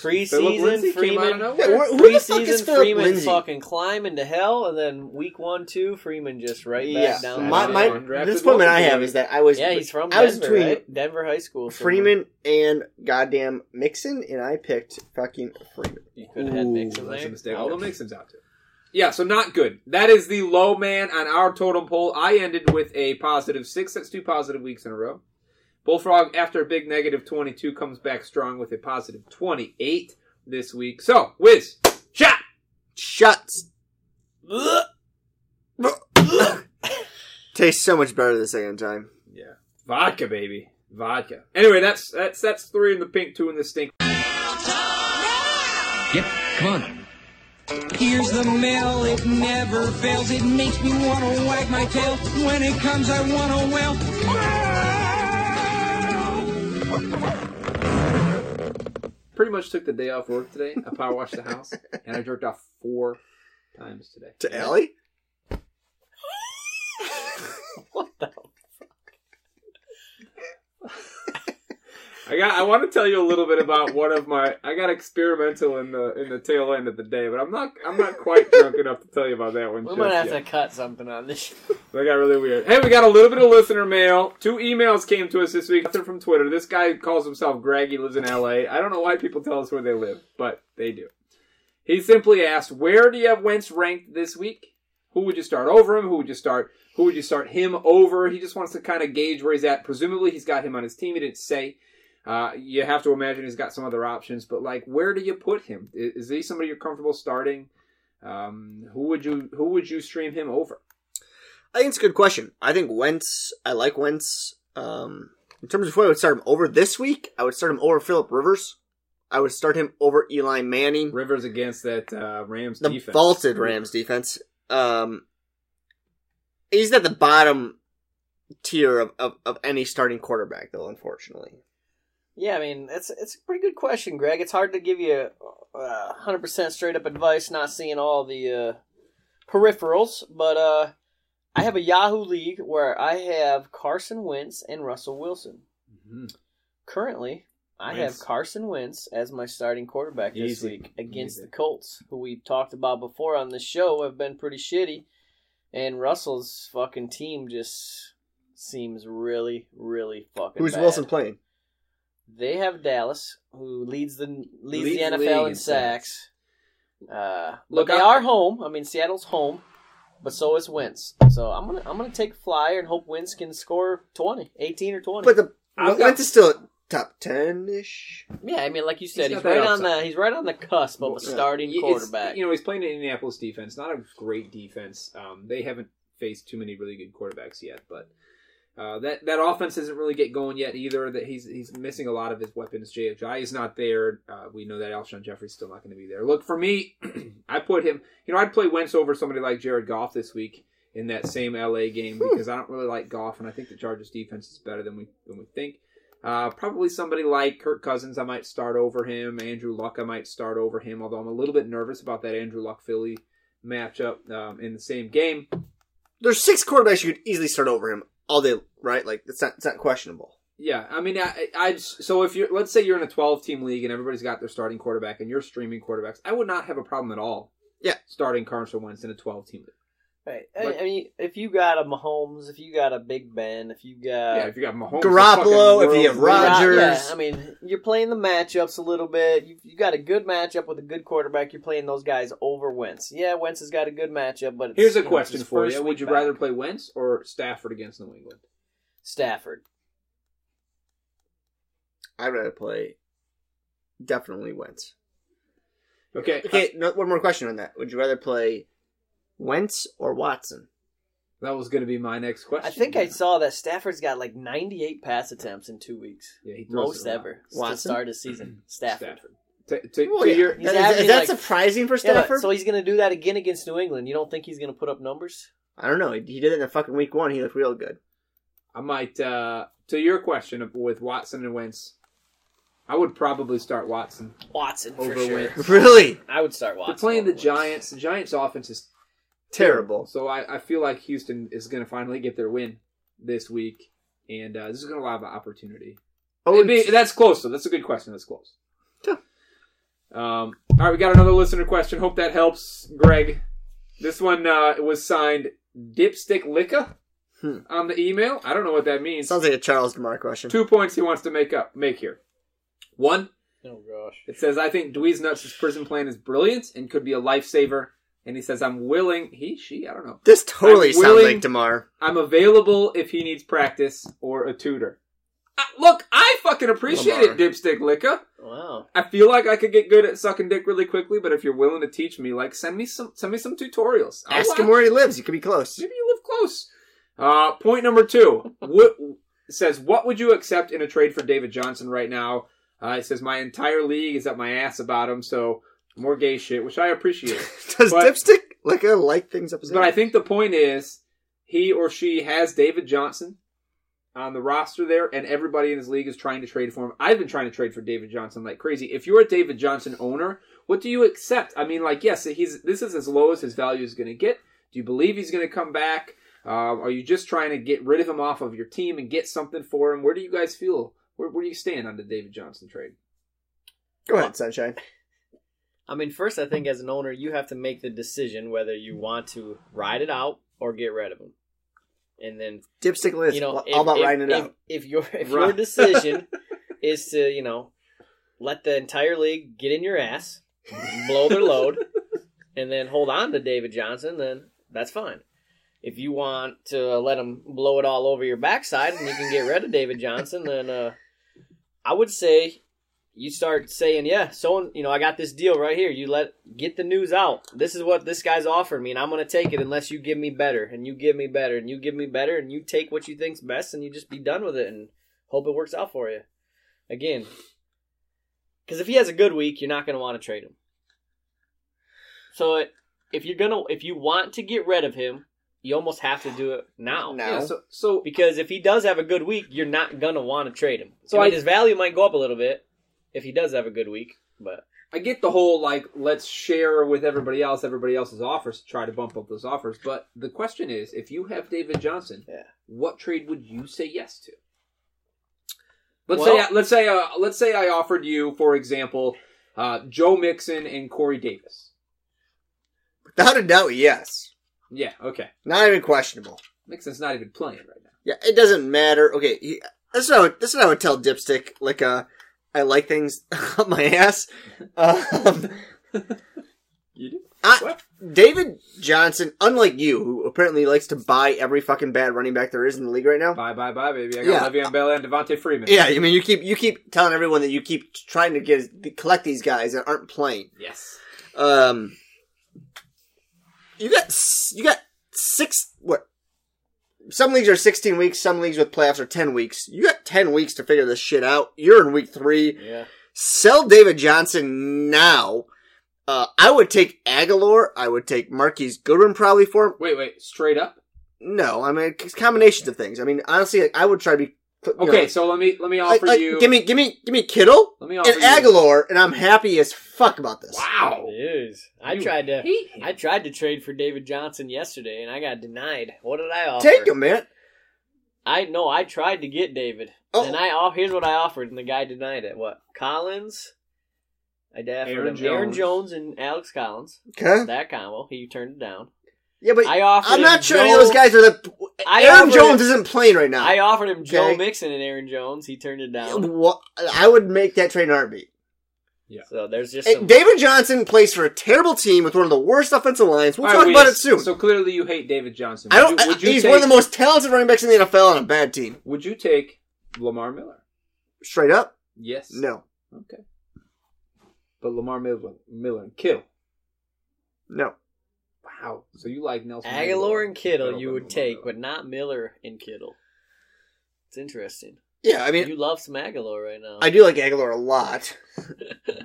[SPEAKER 3] Philip Lindsay
[SPEAKER 1] Preseason
[SPEAKER 3] came out of
[SPEAKER 1] Freeman,
[SPEAKER 5] Yeah,
[SPEAKER 3] nowhere.
[SPEAKER 5] wh- who the fuck is
[SPEAKER 1] preseason
[SPEAKER 5] Philip
[SPEAKER 1] Freeman
[SPEAKER 5] Lindsay?
[SPEAKER 1] fucking climbing to hell, and then week one, two, Freeman just right back
[SPEAKER 5] yeah,
[SPEAKER 1] down.
[SPEAKER 5] my,
[SPEAKER 1] to
[SPEAKER 5] my
[SPEAKER 1] hell.
[SPEAKER 3] Undrafted
[SPEAKER 5] disappointment I have
[SPEAKER 3] rookie.
[SPEAKER 5] is that I was
[SPEAKER 1] yeah, he's from
[SPEAKER 5] I was
[SPEAKER 1] Denver,
[SPEAKER 5] between
[SPEAKER 1] right? Denver High School. somewhere.
[SPEAKER 5] Freeman and goddamn Mixon, and I picked fucking Freeman.
[SPEAKER 1] You could have had
[SPEAKER 3] Ooh,
[SPEAKER 1] Mixon
[SPEAKER 3] That's a
[SPEAKER 1] there.
[SPEAKER 3] mistake. Although Mixon's out too. Yeah, so not good. That is the low man on our totem pole. I ended with a positive six. That's two positive weeks in a row. Bullfrog, after a big negative 22, comes back strong with a positive 28 this week. So, Wiz, shot!
[SPEAKER 5] Shuts.
[SPEAKER 1] Ugh.
[SPEAKER 5] Tastes so much better the second time.
[SPEAKER 3] Yeah. Vodka, baby. Vodka. Anyway, that's that's that's three in the pink, two in the stink.
[SPEAKER 2] Yep, come on. Here's the mail, it never fails. It makes me want to wag my tail. When it comes, I want to wail.
[SPEAKER 3] Pretty much took the day off work today. I power washed the house, and I jerked off four times today.
[SPEAKER 5] To Allie?
[SPEAKER 1] What the?
[SPEAKER 3] I got. I want to tell you a little bit about one of my. I got experimental in the in the tail end of the day, but I'm not. I'm not quite drunk enough to tell you about that one.
[SPEAKER 1] We
[SPEAKER 3] just
[SPEAKER 1] might have
[SPEAKER 3] yet.
[SPEAKER 1] to cut something on this.
[SPEAKER 3] That got really weird. Hey, we got a little bit of listener mail. Two emails came to us this week. They're from Twitter. This guy calls himself Greg. He lives in LA. I don't know why people tell us where they live, but they do. He simply asked, "Where do you have Wentz ranked this week? Who would you start over him? Who would you start? Who would you start him over?" He just wants to kind of gauge where he's at. Presumably, he's got him on his team. He didn't say. Uh, you have to imagine he's got some other options, but like, where do you put him? I- Is, he somebody you're comfortable starting? Um, who would you who would you stream him over?
[SPEAKER 5] I think it's a good question. I think Wentz, I like Wentz. Um, in terms of who I would start him over this week, I would start him over Philip Rivers. I would start him over Eli Manning.
[SPEAKER 3] Rivers against that uh, Rams
[SPEAKER 5] the
[SPEAKER 3] defense.
[SPEAKER 5] vaulted Rams defense. Um, he's at the bottom tier of, of, of any starting quarterback, though, unfortunately.
[SPEAKER 1] Yeah, I mean, it's it's a pretty good question, Greg. It's hard to give you uh, hundred percent straight up advice, not seeing all the uh, peripherals. But uh, I have a Yahoo league where I have Carson Wentz and Russell Wilson.
[SPEAKER 3] Mhm.
[SPEAKER 1] Currently, I
[SPEAKER 3] Nice.
[SPEAKER 1] have Carson Wentz as my starting quarterback this
[SPEAKER 3] Easy.
[SPEAKER 1] week against
[SPEAKER 3] Easy.
[SPEAKER 1] the Colts, who we talked about before on the show. Have been pretty shitty, and Russell's fucking team just seems really, really fucking.
[SPEAKER 5] Who's
[SPEAKER 1] bad.
[SPEAKER 5] Wilson playing?
[SPEAKER 1] They have Dallas, who leads the leads
[SPEAKER 3] Leads
[SPEAKER 1] the
[SPEAKER 3] the league
[SPEAKER 1] NFL in
[SPEAKER 3] in
[SPEAKER 1] sacks. Uh, Look,
[SPEAKER 3] Look,
[SPEAKER 1] they
[SPEAKER 3] I-
[SPEAKER 1] are home. I mean, Seattle's home. but so is Wentz. So I'm gonna I'm gonna take a flyer and hope Wentz can score 20, 18 or twenty.
[SPEAKER 5] But the
[SPEAKER 3] I've got-
[SPEAKER 5] Wentz is still at top ten ish.
[SPEAKER 1] yeah, I mean, like you said,
[SPEAKER 3] He's
[SPEAKER 1] he's
[SPEAKER 3] got that
[SPEAKER 1] right on the he's right on the cusp of a
[SPEAKER 5] Yeah.
[SPEAKER 1] starting
[SPEAKER 3] It's-
[SPEAKER 1] quarterback.
[SPEAKER 3] You know, he's playing an Indianapolis defense, not a great defense. Um, they haven't faced too many really good quarterbacks yet, but uh, that that offense doesn't really get going yet either. That he's he's missing a lot of his weapons. JFJ is not there. Uh, we know that Alshon Jeffrey's still not going to be there. Look for me, I put him. You know, I'd play Wentz over somebody like Jared Goff this week in that same LA game because I don't really like Goff, and I think the Chargers defense is better than we than we think. Uh, probably somebody like Kirk Cousins, I might start over him. Andrew Luck, I might start over him. Although I'm a little bit nervous about that Andrew Luck Philly matchup um, in the same game.
[SPEAKER 5] There's six quarterbacks you could easily start over him all day, right? Like it's not it's not questionable.
[SPEAKER 3] Yeah, I mean, I, I so if you're let's say you're in a 12 team league and everybody's got their starting quarterback and you're streaming quarterbacks, I would not have a problem at all.
[SPEAKER 5] Yeah.
[SPEAKER 3] starting Carson Wentz in a 12 team league.
[SPEAKER 1] Right. I,
[SPEAKER 3] Like-
[SPEAKER 1] I mean, if you got a Mahomes, if you got a Big Ben, if you got
[SPEAKER 3] yeah, if you got Mahomes,
[SPEAKER 5] Uh, Garoppolo, if you have
[SPEAKER 1] Ro-
[SPEAKER 3] Rodgers.
[SPEAKER 5] Rodgers.
[SPEAKER 1] yeah, I mean, you're playing the matchups a little bit. You, you got a good matchup with a good quarterback. You're playing those guys over Wentz. Yeah, Wentz has got a good matchup, but it's,
[SPEAKER 3] Here's a
[SPEAKER 1] you know,
[SPEAKER 3] question
[SPEAKER 1] it's his
[SPEAKER 3] for
[SPEAKER 1] first
[SPEAKER 3] you: Would
[SPEAKER 1] week
[SPEAKER 3] you
[SPEAKER 1] back.
[SPEAKER 3] rather play Wentz or Stafford against New England?
[SPEAKER 1] Stafford?
[SPEAKER 5] I'd rather play definitely Wentz.
[SPEAKER 3] Okay,
[SPEAKER 5] Okay, no, one more question on that. Would you rather play Wentz or Watson?
[SPEAKER 3] that was going to be my next question.
[SPEAKER 1] I think I saw that Stafford's got like 98 pass attempts in two weeks,
[SPEAKER 3] yeah, he throws
[SPEAKER 1] most
[SPEAKER 3] it a lot.
[SPEAKER 1] ever to
[SPEAKER 5] Watson?
[SPEAKER 1] start of season. Stafford.
[SPEAKER 3] Stafford. To, to,
[SPEAKER 5] Well,
[SPEAKER 3] to
[SPEAKER 5] yeah.
[SPEAKER 3] your,
[SPEAKER 1] He's
[SPEAKER 5] That- is,
[SPEAKER 1] averaging,
[SPEAKER 5] is that
[SPEAKER 1] like-
[SPEAKER 5] surprising for
[SPEAKER 1] Yeah, but-
[SPEAKER 5] Stafford?
[SPEAKER 1] so he's going to do that again against New England. You don't think he's going to put up numbers?
[SPEAKER 5] I don't know. He, he did it in the fucking week one. He looked real good.
[SPEAKER 3] I might uh, to your question of- with Watson and Wentz. I would probably start Watson
[SPEAKER 1] Watson for
[SPEAKER 3] over
[SPEAKER 1] sure.
[SPEAKER 3] Wentz.
[SPEAKER 5] Really
[SPEAKER 1] I would start Watson.
[SPEAKER 3] They're playing
[SPEAKER 1] over
[SPEAKER 3] the
[SPEAKER 1] Wentz.
[SPEAKER 3] Giants. The Giants' offense is
[SPEAKER 5] terrible.
[SPEAKER 3] So I, I feel like Houston is going to finally get their win this week, and uh, this is going to allow the opportunity.
[SPEAKER 5] Oh,
[SPEAKER 3] It'd be- that's close though. That's a good question. That's close.
[SPEAKER 5] Yeah.
[SPEAKER 3] Um, all right, we got another listener question. Hope that helps, Greg. This one uh, was signed Dipstick Licka
[SPEAKER 5] Hmm.
[SPEAKER 3] on the email. I don't know what that means.
[SPEAKER 5] sounds like a Charles Demar question.
[SPEAKER 3] Two points he wants to make up make here. One,
[SPEAKER 1] Oh gosh.
[SPEAKER 3] it says, I think Dwee's Nuts' prison plan is brilliant and could be a lifesaver. And he says, I'm willing, he, she, I don't know.
[SPEAKER 5] This totally
[SPEAKER 3] I'm
[SPEAKER 5] sounds
[SPEAKER 3] willing-
[SPEAKER 5] like Demar.
[SPEAKER 3] I'm available if he needs practice or a tutor. I, look, I fucking appreciate
[SPEAKER 5] Lamar.
[SPEAKER 3] it, Dipstick Licka.
[SPEAKER 1] Wow.
[SPEAKER 3] I feel like I could get good at sucking dick really quickly, but if you're willing to teach me, like send me some send me some tutorials. I'll
[SPEAKER 5] Ask him
[SPEAKER 3] watch.
[SPEAKER 5] where he lives. He could be close.
[SPEAKER 3] Maybe you live close. Uh, point number two what, says, "What would you accept in a trade for David Johnson right now?" Uh, it says, "My entire league is up my ass about him, so more gay shit, which I appreciate."
[SPEAKER 5] Does
[SPEAKER 3] But-
[SPEAKER 5] Dipstick like a light things up his
[SPEAKER 3] but I
[SPEAKER 5] ass?
[SPEAKER 3] think the point is, he or she has David Johnson on the roster there, and everybody in his league is trying to trade for him. I've been trying to trade for David Johnson like crazy. If you're a David Johnson owner, what do you accept? I mean, like, yes, he's this is as low as his value is going to get. Do you believe he's going to come back? Um, are you just trying to get rid of him off of your team and get something for him? Where do you guys feel? Where, where do you stand on the David Johnson trade?
[SPEAKER 5] Go ahead, Sunshine.
[SPEAKER 1] I mean, first, I think as an owner, you have to make the decision whether you want to ride it out or get rid of them. And then
[SPEAKER 5] Dipstick lives.
[SPEAKER 1] you know,
[SPEAKER 5] all
[SPEAKER 1] if,
[SPEAKER 5] about
[SPEAKER 1] if,
[SPEAKER 5] riding it
[SPEAKER 1] if,
[SPEAKER 5] out.
[SPEAKER 1] If your if your
[SPEAKER 3] Right.
[SPEAKER 1] decision is to you know let the entire league get in your ass, blow their load, and then hold on to David Johnson, then that's fine. If you want to let them blow it all over your backside and you can get rid of David Johnson, then uh, I would say you start saying, yeah, so you know, I got this deal right here. You let get the news out. This is what this guy's offering me, and I'm gonna take it unless you give me better, and you give me better, and you give me better, and you take what you think's best, and you just be done with it, and hope it works out for you. Again, because if he has a good week, you're not gonna want to trade him. So it, if you're gonna, if you want to get rid of him, you almost have to do it now.
[SPEAKER 5] No.
[SPEAKER 3] Yeah, so, so
[SPEAKER 1] Because if he does have a good week, you're not gonna want to trade him. So
[SPEAKER 3] So I-
[SPEAKER 1] his value might go up a little bit if he does have a good week, but
[SPEAKER 3] I get the whole like let's share with everybody else everybody else's offers to try to bump up those offers, but the question is if you have David Johnson,
[SPEAKER 1] Yeah.
[SPEAKER 3] what trade would you say yes to? Let's
[SPEAKER 1] Well-
[SPEAKER 3] say let's say uh, let's say I offered you, for example, uh, Joe Mixon and Corey Davis.
[SPEAKER 5] Without a doubt, yes.
[SPEAKER 3] Yeah, okay.
[SPEAKER 5] Not even questionable.
[SPEAKER 3] Mixon's not even playing right now.
[SPEAKER 5] Yeah, it doesn't matter. Okay, he, that's what I would, that's what I would tell Dipstick. Like, uh, I like things up my ass. Um,
[SPEAKER 3] You do?
[SPEAKER 5] I,
[SPEAKER 3] What?
[SPEAKER 5] David Johnson, unlike you, who apparently likes to buy every fucking bad running back there is in the league right now.
[SPEAKER 3] Bye, bye, bye, baby. I
[SPEAKER 5] Yeah.
[SPEAKER 3] got Le'Veon Bell and Devontae Freeman.
[SPEAKER 5] Yeah, I mean, you keep you keep telling everyone that you keep trying to get collect these guys that aren't playing.
[SPEAKER 3] Yes.
[SPEAKER 5] Um, you got s- you got six what? Some leagues are sixteen weeks. Some leagues with playoffs are ten weeks. You got ten weeks to figure this shit out. You're in week three.
[SPEAKER 1] Yeah.
[SPEAKER 5] Sell David Johnson now. Uh, I would take Aguilar. I would take Marquise Goodwin probably for him.
[SPEAKER 3] Wait, wait. Straight up.
[SPEAKER 5] No, I mean it's combinations of things. I mean honestly, like, I would try to be you know,
[SPEAKER 3] Okay, so let me let me
[SPEAKER 5] like-
[SPEAKER 3] offer
[SPEAKER 5] like,
[SPEAKER 3] you.
[SPEAKER 5] give me give me give me Kittle
[SPEAKER 3] let me offer
[SPEAKER 5] and
[SPEAKER 3] you.
[SPEAKER 5] Aguilar, and I'm happy as fuck about this.
[SPEAKER 3] Wow.
[SPEAKER 1] News. I
[SPEAKER 3] You
[SPEAKER 1] tried to.
[SPEAKER 3] hate him.
[SPEAKER 1] I tried to trade for David Johnson yesterday, and I got denied. What did I offer?
[SPEAKER 5] Take him, man.
[SPEAKER 1] I no. I tried to get David,
[SPEAKER 5] Oh.
[SPEAKER 1] and I off. Here's what I offered, and the guy denied it. What? Collins. I offered
[SPEAKER 3] Aaron
[SPEAKER 1] him Aaron
[SPEAKER 3] Jones.
[SPEAKER 1] Jones and Alex Collins.
[SPEAKER 5] Okay.
[SPEAKER 1] That combo. He turned it down.
[SPEAKER 5] Yeah, but
[SPEAKER 1] I offered.
[SPEAKER 5] I'm
[SPEAKER 1] him
[SPEAKER 5] not sure any
[SPEAKER 1] Joe-
[SPEAKER 5] of those guys are the.
[SPEAKER 1] I
[SPEAKER 5] Aaron
[SPEAKER 1] offered
[SPEAKER 5] Jones
[SPEAKER 1] him-
[SPEAKER 5] isn't playing right now.
[SPEAKER 1] I offered him Joe
[SPEAKER 5] Okay.
[SPEAKER 1] Mixon and Aaron Jones. He turned it down.
[SPEAKER 5] Wha- I would make that trade in a heartbeat.
[SPEAKER 1] So there's just
[SPEAKER 5] Hey,
[SPEAKER 1] some.
[SPEAKER 5] David Johnson plays for a terrible team with one of the worst offensive lines. We'll
[SPEAKER 3] All right,
[SPEAKER 5] talk
[SPEAKER 3] wait,
[SPEAKER 5] about it soon.
[SPEAKER 3] So clearly, you hate David Johnson.
[SPEAKER 5] I don't.
[SPEAKER 3] Would you, would you
[SPEAKER 5] he's
[SPEAKER 3] take,
[SPEAKER 5] one of the most talented running backs in the NFL on a bad team.
[SPEAKER 3] Would you take Lamar Miller?
[SPEAKER 5] Straight up,
[SPEAKER 3] Yes.
[SPEAKER 5] no,
[SPEAKER 3] Okay. But Lamar Miller, Miller and Kittle.
[SPEAKER 5] no.
[SPEAKER 3] Wow. So you like Nelson
[SPEAKER 1] Aguilar and Kittle you would
[SPEAKER 3] Lamar
[SPEAKER 1] take,
[SPEAKER 3] Miller.
[SPEAKER 1] but not Miller and Kittle. It's interesting.
[SPEAKER 5] Yeah, I mean,
[SPEAKER 1] You love some Aguilar right now.
[SPEAKER 5] I do like Aguilar a lot.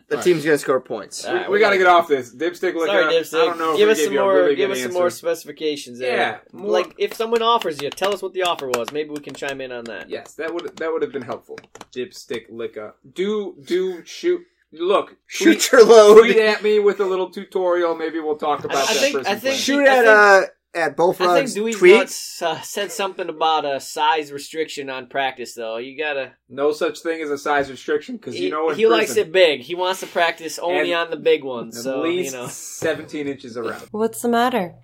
[SPEAKER 5] the
[SPEAKER 3] All
[SPEAKER 5] team's gonna score points.
[SPEAKER 1] All right,
[SPEAKER 3] we, we gotta get off this dipstick. Look
[SPEAKER 1] Sorry,
[SPEAKER 3] up.
[SPEAKER 1] Dipstick.
[SPEAKER 3] uh, I don't know. if
[SPEAKER 1] give
[SPEAKER 3] we
[SPEAKER 1] us
[SPEAKER 3] gave
[SPEAKER 1] some
[SPEAKER 3] you a
[SPEAKER 1] more.
[SPEAKER 3] really
[SPEAKER 1] give
[SPEAKER 3] good
[SPEAKER 1] us some
[SPEAKER 3] answer.
[SPEAKER 1] more specifications. There.
[SPEAKER 3] Yeah, more-
[SPEAKER 1] Like if someone offers you, tell us what the offer was. Maybe we can chime in on that.
[SPEAKER 3] Yes, that would that would have been helpful. Dipstick liquor. Do do shoot. Look, tweet,
[SPEAKER 5] Shoot your load.
[SPEAKER 3] tweet at me with a little tutorial. Maybe we'll talk about
[SPEAKER 1] I
[SPEAKER 3] that
[SPEAKER 1] think-
[SPEAKER 3] person.
[SPEAKER 1] I think-
[SPEAKER 3] playing.
[SPEAKER 5] Shoot
[SPEAKER 1] I
[SPEAKER 5] at
[SPEAKER 1] think-
[SPEAKER 5] uh at
[SPEAKER 1] I think
[SPEAKER 5] Bullfrog's
[SPEAKER 1] Dewey's
[SPEAKER 5] tweet.
[SPEAKER 1] nuts uh, said something about a size restriction on practice, though. You gotta.
[SPEAKER 3] no such thing as a size restriction because
[SPEAKER 1] He,
[SPEAKER 3] you know in
[SPEAKER 1] he likes
[SPEAKER 3] prison,
[SPEAKER 1] it big. He wants to practice only
[SPEAKER 3] And
[SPEAKER 1] on the big ones.
[SPEAKER 3] at
[SPEAKER 1] So
[SPEAKER 3] least
[SPEAKER 1] you know.
[SPEAKER 3] seventeen inches around.
[SPEAKER 4] What's the matter?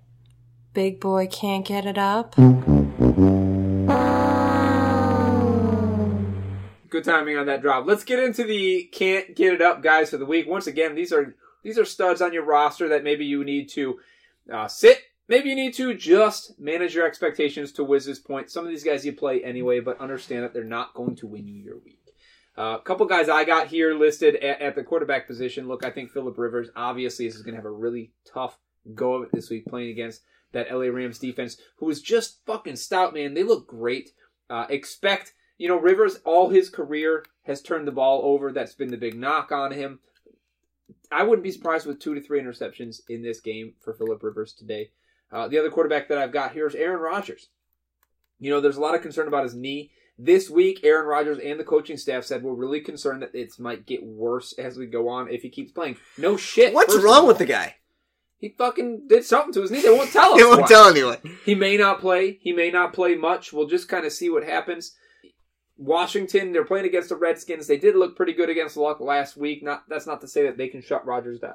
[SPEAKER 4] Big boy can't get it up?
[SPEAKER 3] Good timing on that drop. Let's get into the can't get it up guys for the week. Once again, these are these are studs on your roster that maybe you need to uh, sit. Maybe you need to just manage your expectations to Wiz's point. Some of these guys you play anyway, but understand that they're not going to win you your week. Uh, a couple guys I got here listed at, at the quarterback position. Look, I think Philip Rivers obviously is going to have a really tough go of it this week playing against that LA Rams defense, who is just fucking stout, man. They look great. Uh, expect, you know, Rivers all his career has turned the ball over. That's been the big knock on him. I wouldn't be surprised with two to three interceptions in this game for Philip Rivers today. Uh, the other quarterback that I've got here is Aaron Rodgers. You know, there's a lot of concern about his knee. This week, Aaron Rodgers and the coaching staff said we're really concerned that it might get worse as we go on if he keeps playing. No shit.
[SPEAKER 5] What's
[SPEAKER 3] first of
[SPEAKER 5] wrong
[SPEAKER 3] all.
[SPEAKER 5] with the guy?
[SPEAKER 3] He fucking did something to his knee. They won't tell us.
[SPEAKER 5] It won't
[SPEAKER 3] why.
[SPEAKER 5] tell anyone.
[SPEAKER 3] He may not play. He may not play much. We'll just kind of see what happens. Washington, they're playing against the Redskins. They did look pretty good against Luck last week. Not that's not to say that they can shut Rodgers down,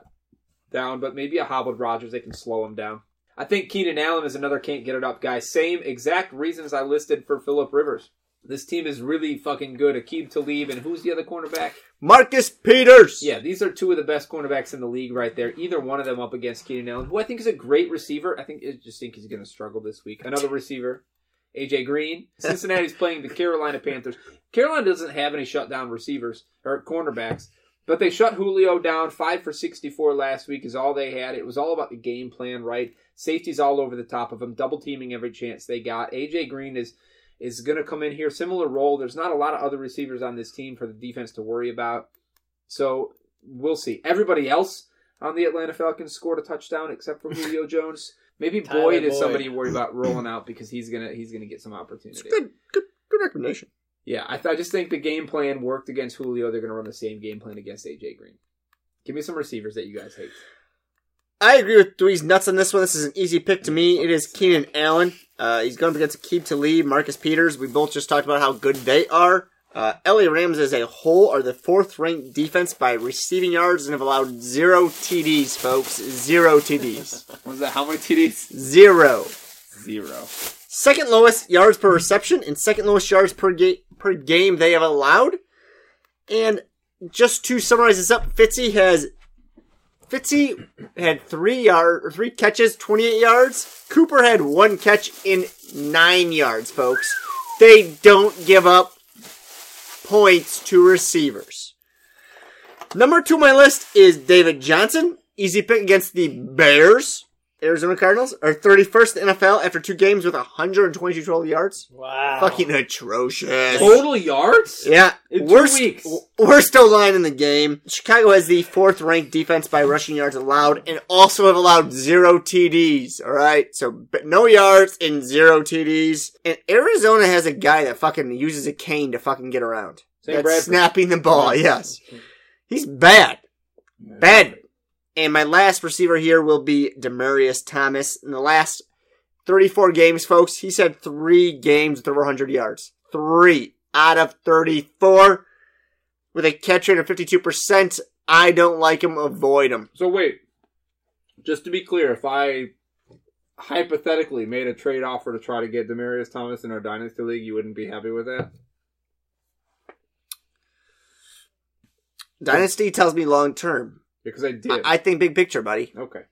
[SPEAKER 3] down, but maybe a hobbled Rodgers they can slow him down. I think Keenan Allen is another can't get it up guy. Same exact reasons I listed for Philip Rivers. This team is really fucking good. Akib Talib and who's the other cornerback?
[SPEAKER 5] Marcus Peters.
[SPEAKER 3] Yeah, these are two of the best cornerbacks in the league right there. Either one of them up against Keenan Allen, who I think is a great receiver. I think I just think he's going to struggle this week. Another receiver, AJ Green. Cincinnati's playing the Carolina Panthers. Carolina doesn't have any shutdown receivers or cornerbacks, but they shut Julio down. Five for sixty-four last week is all they had. It was all about the game plan, right? Safeties all over the top of them, double teaming every chance they got. AJ Green is is going to come in here similar role. There's not a lot of other receivers on this team for the defense to worry about. So we'll see. Everybody else on the Atlanta Falcons scored a touchdown except for Julio Jones. Maybe
[SPEAKER 1] Tyler
[SPEAKER 3] Boyd is
[SPEAKER 1] Boyd.
[SPEAKER 3] somebody you worry about rolling out because he's gonna he's gonna get some opportunity.
[SPEAKER 5] It's good, good, good recommendation.
[SPEAKER 3] Yeah, I, th- I just think the game plan worked against Julio. They're gonna run the same game plan against AJ Green. Give me some receivers that you guys hate.
[SPEAKER 5] I agree with Dewey's nuts on this one. This is an easy pick to me. It is Keenan Allen. Uh, he's going up against Keep to Lee, Marcus Peters. We both just talked about how good they are. Uh, LA Rams as a whole are the fourth ranked defense by receiving yards and have allowed zero TDs, folks. Zero TDs.
[SPEAKER 3] Was that how many TDs?
[SPEAKER 5] zero.
[SPEAKER 3] Zero.
[SPEAKER 5] Second lowest yards per reception and second lowest yards per, ga- per game they have allowed. And just to summarize this up, Fitzy has Fitzy had three yard, three catches, 28 yards. Cooper had one catch in nine yards, folks. They don't give up points to receivers. Number two on my list is David Johnson. Easy pick against the Bears. Arizona Cardinals are 31st in NFL after two games with 122 total yards.
[SPEAKER 1] Wow.
[SPEAKER 5] Fucking atrocious.
[SPEAKER 3] Total yards?
[SPEAKER 5] Yeah,
[SPEAKER 3] In two
[SPEAKER 5] worst,
[SPEAKER 3] weeks.
[SPEAKER 5] worst O line in the game. Chicago has the fourth ranked defense by rushing yards allowed, and also have allowed zero TDs. All right, so but no yards and zero TDs. And Arizona has a guy that fucking uses a cane to fucking get around.
[SPEAKER 3] Sam
[SPEAKER 5] That's
[SPEAKER 3] Bradford.
[SPEAKER 5] snapping the ball. Yes, he's bad, bad. And my last receiver here will be Demarius Thomas. In the last 34 games, folks, he's had three games with over 100 yards. Three out of 34 with a catch rate of 52%. I don't like him. Avoid him.
[SPEAKER 3] So wait, just to be clear, if I hypothetically made a trade offer to try to get Demarius Thomas in our dynasty league, you wouldn't be happy with that.
[SPEAKER 5] Dynasty tells me long term.
[SPEAKER 3] Because I did.
[SPEAKER 5] I-, I think big picture, buddy.
[SPEAKER 3] okay.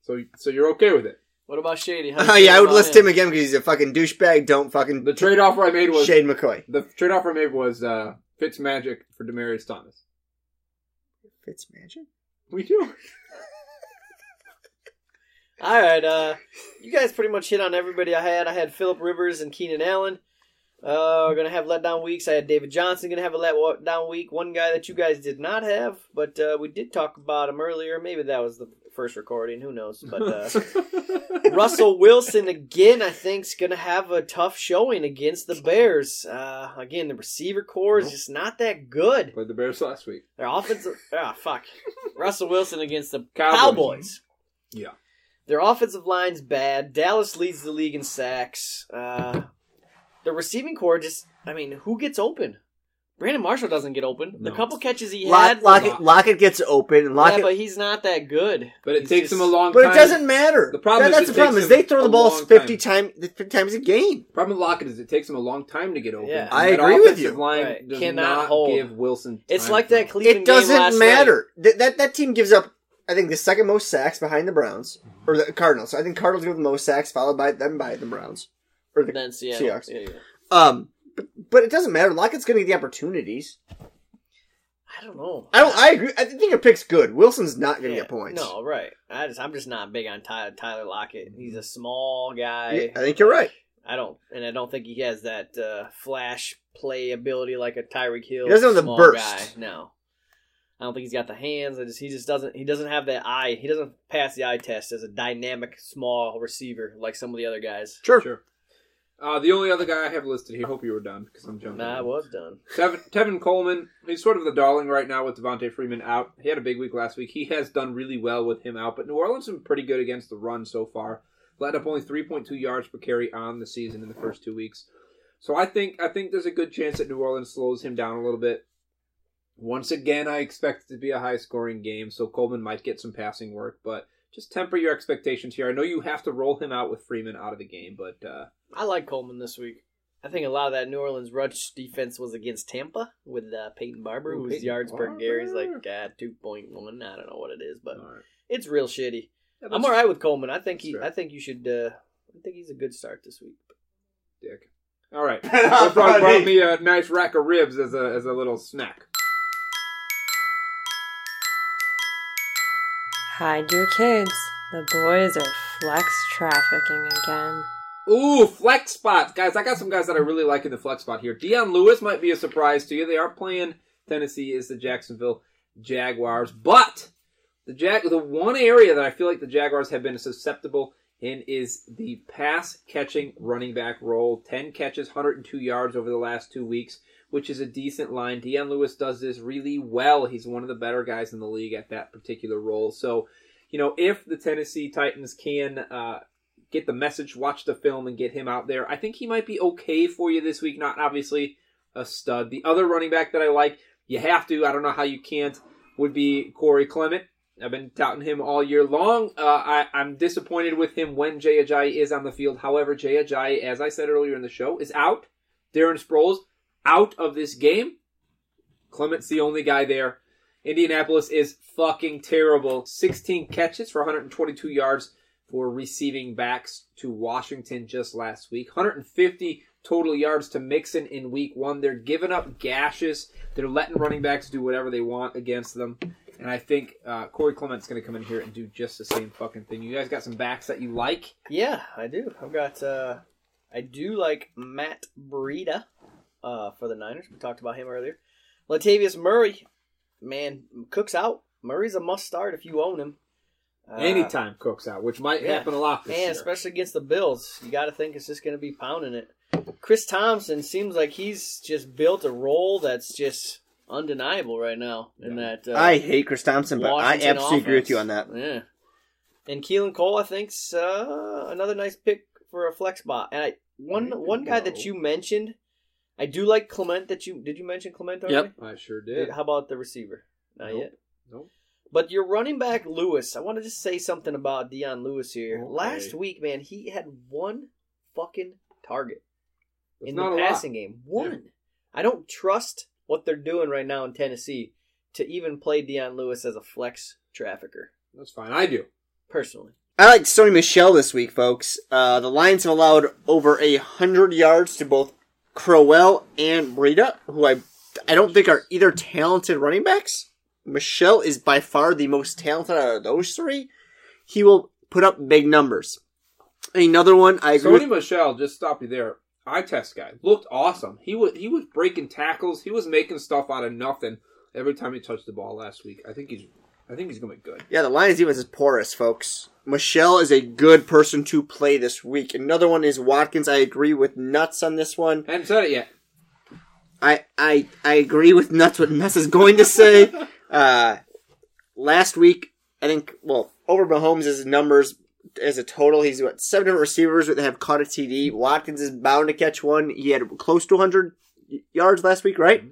[SPEAKER 3] So so you're okay with it.
[SPEAKER 1] What about Shady? How do you
[SPEAKER 5] Oh, yeah,
[SPEAKER 1] feel
[SPEAKER 5] I would
[SPEAKER 1] about
[SPEAKER 5] list him again because he's a fucking douchebag. Don't fucking
[SPEAKER 3] The trade offer I made was
[SPEAKER 5] Shade McCoy.
[SPEAKER 3] the trade offer I made was uh, Fitz Magic for Demarius Thomas.
[SPEAKER 5] Fitz magic.
[SPEAKER 3] We do.
[SPEAKER 1] All right, uh, you guys pretty much hit on everybody I had. I had Philip Rivers and Keenan Allen. Uh, are gonna have letdown weeks. I had David Johnson gonna have a letdown week. One guy that you guys did not have, but uh, we did talk about him earlier. Maybe that was the first recording. Who knows? But uh, Russell Wilson again, I think, is going to have a tough showing against the Bears. Uh, again, the receiver core is just not that good.
[SPEAKER 3] Played the Bears last week.
[SPEAKER 1] Their offensive, ah, fuck, Russell Wilson against the
[SPEAKER 3] Cowboys.
[SPEAKER 1] Cowboys.
[SPEAKER 3] Yeah.
[SPEAKER 1] Their offensive line's bad. Dallas leads the league in sacks. Uh, the receiving core just, I mean, who gets open? Brandon Marshall doesn't get open. The
[SPEAKER 3] No.
[SPEAKER 1] couple catches he
[SPEAKER 5] Lock,
[SPEAKER 1] had,
[SPEAKER 5] Lockett, Lockett gets open. And
[SPEAKER 1] yeah,
[SPEAKER 5] Lockett,
[SPEAKER 1] but he's not that good.
[SPEAKER 3] But it
[SPEAKER 1] He's
[SPEAKER 3] takes
[SPEAKER 1] just-
[SPEAKER 3] them a long
[SPEAKER 5] But
[SPEAKER 3] time.
[SPEAKER 5] it doesn't matter.
[SPEAKER 3] The problem
[SPEAKER 5] That-
[SPEAKER 3] is
[SPEAKER 5] that's
[SPEAKER 3] it
[SPEAKER 5] the problem
[SPEAKER 3] takes
[SPEAKER 5] is they
[SPEAKER 3] them
[SPEAKER 5] throw
[SPEAKER 3] a
[SPEAKER 5] the ball
[SPEAKER 3] long
[SPEAKER 5] fifty times fifty times a game.
[SPEAKER 3] Problem with Lockett is it takes him a long time to get open.
[SPEAKER 1] Yeah.
[SPEAKER 3] and
[SPEAKER 5] I
[SPEAKER 3] that
[SPEAKER 5] agree with
[SPEAKER 3] offensive
[SPEAKER 5] you.
[SPEAKER 3] Line
[SPEAKER 1] Right.
[SPEAKER 3] does
[SPEAKER 1] Cannot
[SPEAKER 3] not
[SPEAKER 1] hold.
[SPEAKER 3] give Wilson.
[SPEAKER 1] It's
[SPEAKER 3] time
[SPEAKER 1] like
[SPEAKER 3] for-
[SPEAKER 1] that Cleveland
[SPEAKER 5] It
[SPEAKER 1] game last
[SPEAKER 5] doesn't
[SPEAKER 1] night.
[SPEAKER 5] matter. That, that that team gives up. I think the second most sacks behind the Browns or the Cardinals. So I think Cardinals give the most sacks, followed by them by the Browns or the
[SPEAKER 1] Then Seattle.
[SPEAKER 5] Seahawks.
[SPEAKER 1] Yeah, yeah.
[SPEAKER 5] Um, but, but it doesn't matter. Lockett's going to get the opportunities.
[SPEAKER 1] I don't know.
[SPEAKER 5] I don't. I agree. I think your pick's good. Wilson's not going to
[SPEAKER 1] Yeah,
[SPEAKER 5] get points.
[SPEAKER 1] No, right. I just I'm just not big on Ty, Tyler Lockett. He's a small guy.
[SPEAKER 5] Yeah, I think you're right.
[SPEAKER 1] I don't, and I don't think he has that uh, flash play ability like a Tyreek Hill.
[SPEAKER 5] He doesn't have the
[SPEAKER 1] small
[SPEAKER 5] burst.
[SPEAKER 1] Guy. No, I don't think he's got the hands. I just he just doesn't he doesn't have that eye. He doesn't pass the eye test as a dynamic small receiver like some of the other guys.
[SPEAKER 5] Sure.
[SPEAKER 3] Sure. Uh, the only other guy I have listed here. Hope you were done because I'm jumping.
[SPEAKER 1] Nah, I
[SPEAKER 3] in.
[SPEAKER 1] was done.
[SPEAKER 3] Tevin, Tevin Coleman, he's sort of the darling right now with Devontae Freeman out. He had a big week last week. He has done really well with him out, but New Orleans has been pretty good against the run so far. Let up only 3.2 yards per carry on the season in the first two weeks. So I think I think there's a good chance that New Orleans slows him down a little bit. Once again, I expect it to be a high scoring game, so Coleman might get some passing work, but just temper your expectations here. I know you have to roll him out with Freeman out of the game, but uh,
[SPEAKER 1] I like Coleman this week. I think a lot of that New Orleans rush defense was against Tampa with uh, Peyton Barber,
[SPEAKER 3] Ooh,
[SPEAKER 1] whose
[SPEAKER 3] Peyton
[SPEAKER 1] yards per
[SPEAKER 3] Barber.
[SPEAKER 1] carry is like uh, two point one. I don't know what it is, but
[SPEAKER 3] all right.
[SPEAKER 1] it's real shitty.
[SPEAKER 3] Yeah,
[SPEAKER 1] I'm
[SPEAKER 3] that's-
[SPEAKER 1] all right with Coleman. I think he.
[SPEAKER 3] That's fair.
[SPEAKER 1] I think you should. Uh, I think he's a good start this week.
[SPEAKER 3] dick. All right. That brought, brought me a nice rack of ribs as a as a little snack.
[SPEAKER 4] Hide your kids. The boys are flex trafficking again.
[SPEAKER 3] Ooh, flex spots, guys. I got some guys that I really like in the flex spot here. Deion Lewis might be a surprise to you. They are playing Tennessee is the Jacksonville Jaguars, but the jag the one area that I feel like the Jaguars have been susceptible in is the pass catching running back role. Ten catches, 102 yards over the last two weeks, which is a decent line. Deion Lewis does this really well. He's one of the better guys in the league at that particular role. So, you know, if the Tennessee Titans can uh, get the message, watch the film, and get him out there. I think he might be okay for you this week. Not obviously a stud. The other running back that I like, you have to. I don't know how you can't. Would be Corey Clement. I've been doubting him all year long. Uh, I, I'm disappointed with him when Jay Ajayi is on the field. However, Jay Ajayi, as I said earlier in the show, is out. Darren Sproles out of this game. Clement's the only guy there. Indianapolis is fucking terrible. 16 catches for 122 yards for receiving backs to Washington just last week. 150 total yards to Mixon in week one. They're giving up gashes. They're letting running backs do whatever they want against them. And I think uh, Corey Clement's going to come in here and do just the same fucking thing. You guys got some backs that you like?
[SPEAKER 1] Yeah, I do. I've got. Uh, I do like Matt Breida uh, for the Niners. We talked about him earlier. Latavius Murray, man, Cook's out. Murray's a must start if you own him. Uh,
[SPEAKER 3] Anytime Cook's out, which might
[SPEAKER 1] yeah.
[SPEAKER 3] happen a lot this
[SPEAKER 1] Man,
[SPEAKER 3] year.
[SPEAKER 1] especially against the Bills, you got to think it's just going to be pounding it. Chris Thompson seems like he's just built a role that's just undeniable right now. In that, uh,
[SPEAKER 5] I hate Chris Thompson, but I
[SPEAKER 1] Washington
[SPEAKER 5] absolutely agree with you on
[SPEAKER 1] offense.
[SPEAKER 5] that.
[SPEAKER 1] Yeah. And Keelan Cole, I think's uh, another nice pick for a flex spot. And I, one one guy that you mentioned, I do like Clement. That you did you mention Clement already?
[SPEAKER 5] Yep.
[SPEAKER 3] I sure did.
[SPEAKER 1] How about the receiver? Not
[SPEAKER 3] Nope.
[SPEAKER 1] yet.
[SPEAKER 3] Nope.
[SPEAKER 1] But your running back Lewis, I want to just say something about Dion Lewis here.
[SPEAKER 3] Okay.
[SPEAKER 1] Last week, man, he had one fucking target
[SPEAKER 3] It's
[SPEAKER 1] in
[SPEAKER 3] not a
[SPEAKER 1] the
[SPEAKER 3] lot.
[SPEAKER 1] passing game. One. I don't trust what they're doing right now in Tennessee to even play Dion Lewis as a flex trafficker.
[SPEAKER 3] That's fine. I do.
[SPEAKER 1] Personally.
[SPEAKER 5] I like Sony Michelle this week, folks. Uh, the Lions have allowed over a hundred yards to both Crowell and Breida, who I I don't think are either talented running backs. Michelle is by far the most talented out of those three. He will put up big numbers. Another one, I agree.
[SPEAKER 3] Sony
[SPEAKER 5] with-
[SPEAKER 3] Michelle, just stop you there. Eye test guy looked awesome. He was he was breaking tackles. He was making stuff out of nothing every time he touched the ball last week. I think he's I think he's gonna be good.
[SPEAKER 5] yeah, the Lions defense is porous, folks. Michelle is a good person to play this week. Another one is Watkins. I agree with Nuts on this one.
[SPEAKER 3] I haven't said it yet.
[SPEAKER 5] I I I agree with nuts what Mess is going to say. uh, last week, I think well over Mahomes' his numbers as a total, he's what seven different receivers that have caught a TD. Watkins is bound to catch one. He had close to 100 yards last week, right?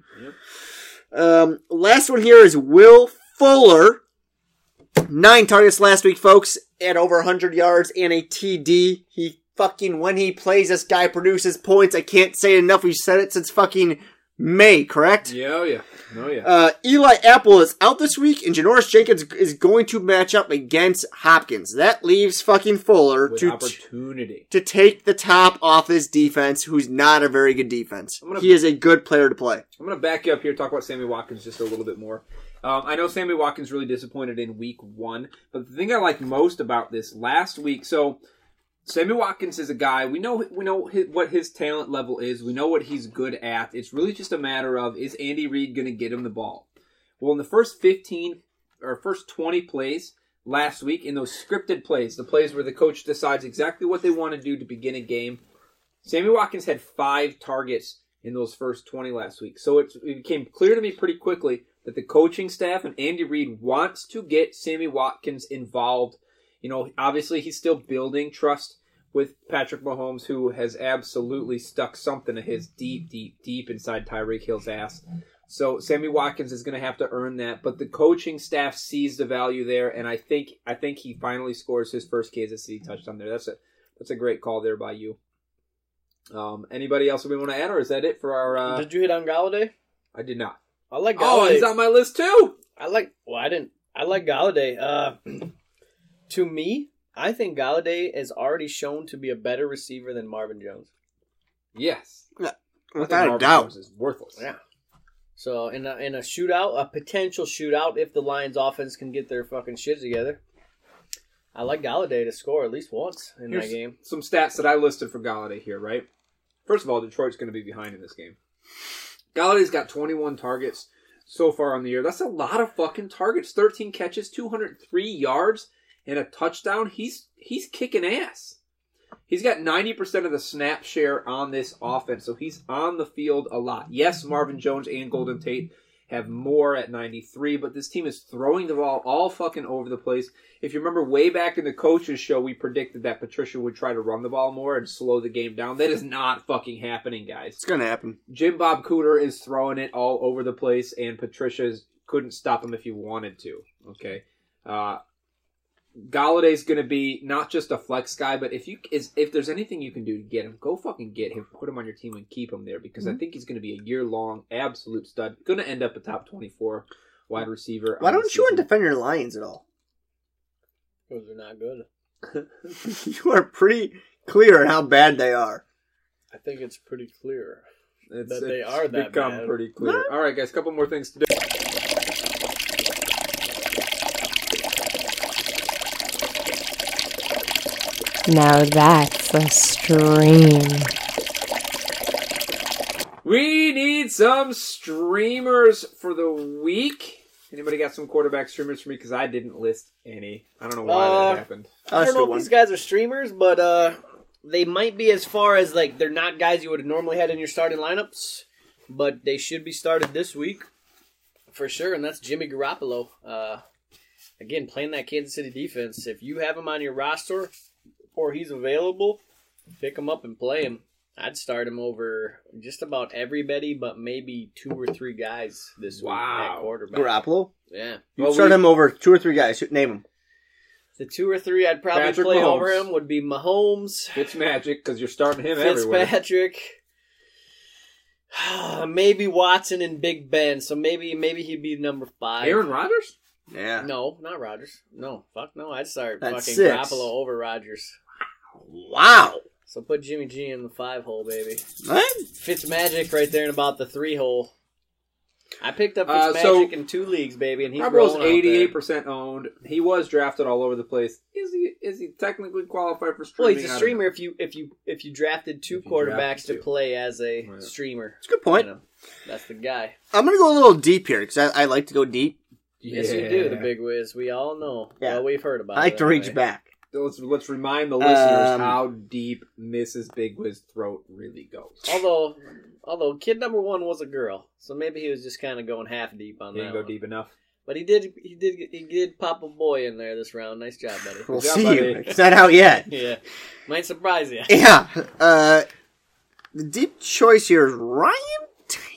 [SPEAKER 5] Um, last one here is Will Fuller. Nine targets last week, folks, at over 100 yards and a TD. He fucking, when he plays, this guy produces points. I can't say it enough. We've said it since fucking May, correct?
[SPEAKER 3] Yeah, oh yeah, oh yeah.
[SPEAKER 5] Uh, Eli Apple is out this week, and Janoris Jenkins is going to match up against Hopkins. That leaves fucking Fuller
[SPEAKER 3] With
[SPEAKER 5] to,
[SPEAKER 3] opportunity.
[SPEAKER 5] to take the top off his defense, who's not a very good defense.
[SPEAKER 3] I'm gonna-
[SPEAKER 5] he is a good player to play.
[SPEAKER 3] I'm gonna back you up here. Talk about Sammy Watkins just a little bit more. Um, I know Sammy Watkins really disappointed in Week One, but the thing I like most about this last week, so Sammy Watkins is a guy we know we know hi what his talent level is. We know what he's good at. It's really just a matter of is Andy Reid going to get him the ball? Well, in the first 15 or first 20 plays last week, in those scripted plays, the plays where the coach decides exactly what they want to do to begin a game, Sammy Watkins had five targets in those first 20 last week. So it's, it became clear to me pretty quickly that the coaching staff and Andy Reid wants to get Sammy Watkins involved. You know, obviously he's still building trust with Patrick Mahomes, who has absolutely stuck something of his deep, deep, deep inside Tyreek Hill's ass. So Sammy Watkins is going to have to earn that, but the coaching staff sees the value there, and I think I think he finally scores his first Kansas City touchdown there. That's a that's a great call there by you. Um, anybody else we want to add, or is that it for our? Uh,
[SPEAKER 1] did you hit on Galladay?
[SPEAKER 3] I did not.
[SPEAKER 1] I like
[SPEAKER 3] Oh,
[SPEAKER 1] Galladay.
[SPEAKER 3] he's on my list too.
[SPEAKER 1] I like. Well, I didn't. I like Galladay. Uh, to me, I think Galladay is already shown to be a better receiver than Marvin Jones.
[SPEAKER 3] Yes, I think
[SPEAKER 5] Without a
[SPEAKER 3] Marvin
[SPEAKER 5] doubt.
[SPEAKER 3] Jones is worthless.
[SPEAKER 1] Yeah. So in a in a shootout, a potential shootout, if the Lions' offense can get their fucking shit together, I like Galladay to score at least once in
[SPEAKER 3] Here's
[SPEAKER 1] that game.
[SPEAKER 3] some stats that I listed for Galladay here, right? First of all, Detroit's going to be behind in this game. Galladay's got 21 targets so far on the year. That's a lot of fucking targets. 13 catches, 203 yards, and a touchdown. He's he's kicking ass. He's got 90% of the snap share on this offense, so he's on the field a lot. Yes, Marvin Jones and Golden Tate have more at 93, but this team is throwing the ball all fucking over the place. If you remember way back in the coaches show, we predicted that Patricia would try to run the ball more and slow the game down. That is not fucking happening, guys.
[SPEAKER 5] It's going to happen.
[SPEAKER 3] Jim Bob Cooter is throwing it all over the place, and Patricia's couldn't stop him if he wanted to. Okay, uh, Galladay's going to be not just a flex guy, but if you is if there's anything you can do to get him, go fucking get him, put him on your team,
[SPEAKER 5] Mhm.
[SPEAKER 3] and keep him there because I think he's going to be a year long absolute stud. Going to end up a top twenty four wide receiver.
[SPEAKER 5] Why
[SPEAKER 3] on the
[SPEAKER 5] don't you
[SPEAKER 3] season.
[SPEAKER 5] want to defend your Lions at all?
[SPEAKER 1] Those are not good.
[SPEAKER 5] you are pretty clear on how bad they are.
[SPEAKER 1] I think it's pretty clear.
[SPEAKER 3] It's,
[SPEAKER 1] that they
[SPEAKER 3] it's
[SPEAKER 1] are that
[SPEAKER 3] become
[SPEAKER 1] bad.
[SPEAKER 3] pretty clear. All right, guys, couple more things to do.
[SPEAKER 4] Now that's a stream.
[SPEAKER 3] We need some streamers for the week. Anybody got some quarterback streamers for me? Because I didn't list any. I don't know why
[SPEAKER 1] Uh,
[SPEAKER 3] that happened.
[SPEAKER 1] I
[SPEAKER 5] Us
[SPEAKER 1] don't know
[SPEAKER 5] for
[SPEAKER 1] if
[SPEAKER 5] one.
[SPEAKER 1] these guys are streamers, but uh, they might be as far as like they're not guys you would have normally had in your starting lineups, but they should be started this week for sure. And that's Jimmy Garoppolo. Uh, again, playing that Kansas City defense. If you have him on your roster or he's available, pick him up and play him. I'd start him over just about everybody, but maybe two or three guys this week
[SPEAKER 3] Wow.
[SPEAKER 1] at quarterback.
[SPEAKER 5] Garoppolo.
[SPEAKER 1] Yeah.
[SPEAKER 5] You
[SPEAKER 3] Well,
[SPEAKER 5] start
[SPEAKER 3] we-
[SPEAKER 5] him over two or three guys. Name them.
[SPEAKER 1] The two or three I'd probably
[SPEAKER 3] Patrick
[SPEAKER 1] play
[SPEAKER 3] Mahomes.
[SPEAKER 1] over him would be Mahomes,
[SPEAKER 3] It's magic because you're starting him everywhere.
[SPEAKER 1] Fitzpatrick, maybe Watson and Big Ben. So maybe maybe he'd be number five.
[SPEAKER 3] Aaron Rodgers?
[SPEAKER 5] Yeah.
[SPEAKER 1] no, not Rodgers. No, fuck no. I'd start
[SPEAKER 5] That's
[SPEAKER 1] fucking
[SPEAKER 5] six.
[SPEAKER 1] Garoppolo over Rodgers.
[SPEAKER 5] Wow.
[SPEAKER 1] So put Jimmy G in the five hole, baby.
[SPEAKER 5] What?
[SPEAKER 1] Fitzmagic right there in about the three hole. I picked up
[SPEAKER 3] Uh,
[SPEAKER 1] Fitzmagic
[SPEAKER 3] so-
[SPEAKER 1] in two leagues, baby, and he's
[SPEAKER 3] Garoppolo's
[SPEAKER 1] rolling out there.
[SPEAKER 3] eighty-eight percent owned. He was drafted all over the place. Is he? Is he technically qualified for
[SPEAKER 1] Well,
[SPEAKER 3] streaming?
[SPEAKER 1] he's
[SPEAKER 3] I
[SPEAKER 1] a
[SPEAKER 3] don't
[SPEAKER 1] streamer if you if you if you drafted two
[SPEAKER 3] If you
[SPEAKER 1] quarterbacks
[SPEAKER 3] drafted
[SPEAKER 1] to
[SPEAKER 3] two.
[SPEAKER 1] play as a
[SPEAKER 3] Right.
[SPEAKER 1] streamer.
[SPEAKER 5] That's a good point.
[SPEAKER 1] You know, that's the guy.
[SPEAKER 5] I'm gonna go a little deep here because I, I like to go deep.
[SPEAKER 3] know.
[SPEAKER 1] Yes, you do. The
[SPEAKER 3] Yeah.
[SPEAKER 1] big whiz. We all know.
[SPEAKER 5] Yeah.
[SPEAKER 1] Well, we've heard about.
[SPEAKER 5] I like
[SPEAKER 1] it
[SPEAKER 5] to reach
[SPEAKER 1] anyway.
[SPEAKER 5] back.
[SPEAKER 3] Let's let's remind the listeners
[SPEAKER 5] Um,
[SPEAKER 3] how deep Mrs. Big Wiz's throat really goes.
[SPEAKER 1] Although, although kid number one was a girl, so maybe he was just kind of going half deep on
[SPEAKER 3] He
[SPEAKER 1] that.
[SPEAKER 3] didn't go
[SPEAKER 1] one.
[SPEAKER 3] deep enough.
[SPEAKER 1] But he did. He did. He did pop a boy in there this round. Nice job, buddy.
[SPEAKER 5] We'll
[SPEAKER 3] job,
[SPEAKER 5] see you.
[SPEAKER 3] buddy.
[SPEAKER 5] It's not out yet.
[SPEAKER 1] yeah, might surprise you.
[SPEAKER 5] Yeah. Uh, the deep choice here is Ryan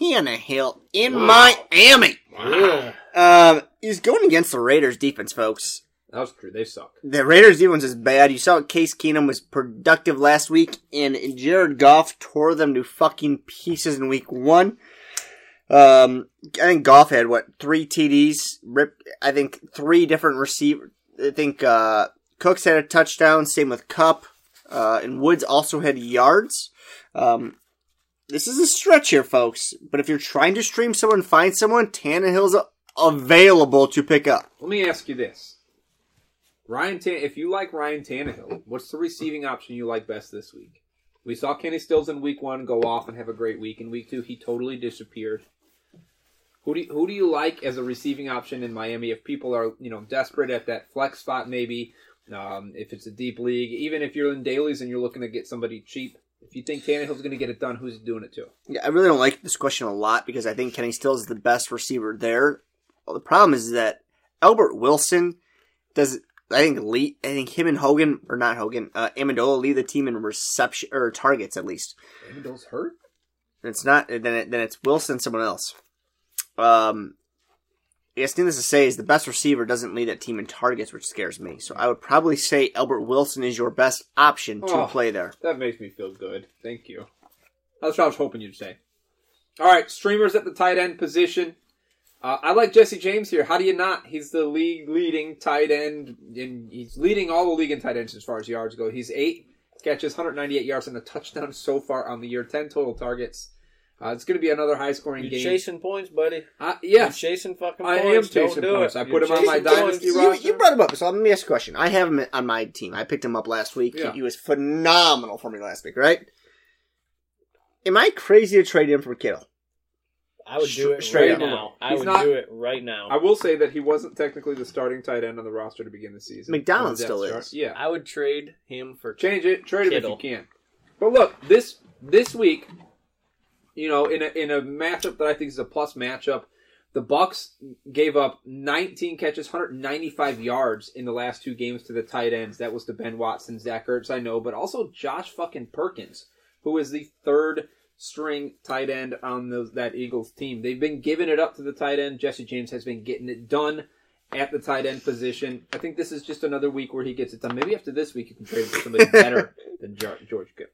[SPEAKER 5] Tannehill in Miami.
[SPEAKER 1] Ugh.
[SPEAKER 5] Um, he's going against the Raiders defense, folks.
[SPEAKER 3] That was true. They suck.
[SPEAKER 5] The Raiders defense is bad. You saw Case Keenum was productive last week, and Jared Goff tore them to fucking pieces in week one. Um, I think Goff had what three TDs. Rip, I think three different receiver. I think uh, Cooks had a touchdown. Same with Cup, uh, and Woods also had yards. Um, this is a stretch here, folks. But if you're trying to stream someone, find someone. Tannehill's a- available to pick up.
[SPEAKER 3] Let me ask you this: Ryan, Tan- if you like Ryan Tannehill, what's the receiving option you like best this week? We saw Kenny Stills in Week One go off and have a great week. In Week Two, he totally disappeared. Who do you, who do you like as a receiving option in Miami? If people are you know desperate at that flex spot, maybe um, if it's a deep league, even if you're in dailies and you're looking to get somebody cheap, if you think Tannehill's going to get it done, who's he doing it to?
[SPEAKER 5] Yeah, I really don't like this question a lot because I think Kenny Stills is the best receiver there. Well, the problem is that Albert Wilson does. I think Lee, I think him and Hogan or not Hogan, uh, Amendola lead the team in reception or targets at least.
[SPEAKER 3] Randall's hurt.
[SPEAKER 5] And it's not then. It, then it's Wilson, someone else. Um, I guess needless to say is the best receiver doesn't lead that team in targets, which scares me. So I would probably say Albert Wilson is your best option to
[SPEAKER 3] Oh.
[SPEAKER 5] play there.
[SPEAKER 3] That makes me feel good. Thank you. That's what I was hoping you'd say. All right, streamers at the tight end position. Uh, I like Jesse James here. How do you not? He's the league leading tight end, and he's leading all the league in tight ends as far as yards go. He's eight catches, 198 yards, and a touchdown so far on the year. Ten total targets. Uh, it's going to be another high scoring
[SPEAKER 1] You're
[SPEAKER 3] game.
[SPEAKER 1] chasing points, buddy.
[SPEAKER 3] Uh,
[SPEAKER 1] You're
[SPEAKER 3] yes,
[SPEAKER 1] chasing fucking
[SPEAKER 3] I
[SPEAKER 1] points.
[SPEAKER 3] am
[SPEAKER 1] Don't
[SPEAKER 3] chasing
[SPEAKER 1] do
[SPEAKER 3] points.
[SPEAKER 1] It.
[SPEAKER 3] I
[SPEAKER 1] You're
[SPEAKER 3] put 'em on my
[SPEAKER 1] chasing
[SPEAKER 3] dynasty
[SPEAKER 1] points.
[SPEAKER 3] roster.
[SPEAKER 5] You, you brought him up, so let me ask you a question. I have him on my team. I picked him up last week.
[SPEAKER 3] Yeah.
[SPEAKER 5] He was phenomenal for me last week, right? Am I crazy to trade him for Kittle?
[SPEAKER 1] I would do it
[SPEAKER 5] Straight
[SPEAKER 1] right
[SPEAKER 5] up.
[SPEAKER 1] now. I
[SPEAKER 3] He's
[SPEAKER 1] would
[SPEAKER 3] not-
[SPEAKER 1] do it right now.
[SPEAKER 3] I will say that he wasn't technically the starting tight end on the roster to begin the season.
[SPEAKER 5] McDonald
[SPEAKER 3] On the depth
[SPEAKER 5] still
[SPEAKER 3] chart.
[SPEAKER 5] is.
[SPEAKER 3] Yeah,
[SPEAKER 1] I would trade him for
[SPEAKER 3] change it, trade him
[SPEAKER 1] Kittle.
[SPEAKER 3] if you can. But look, this this week, you know, in a in a matchup that I think is a plus matchup, the Bucks gave up 19 catches, 195 yards in the last two games to the tight ends. That was to Ben Watson, Zach Ertz, I know, but also Josh fucking Perkins, who is the third string tight end on those that Eagles team. They've been giving it up to the tight end. Jesse James has been getting it done at the tight end position. I think this is just another week where he gets it done. Maybe after this week, you can trade him for somebody better than Jar- George Kittle.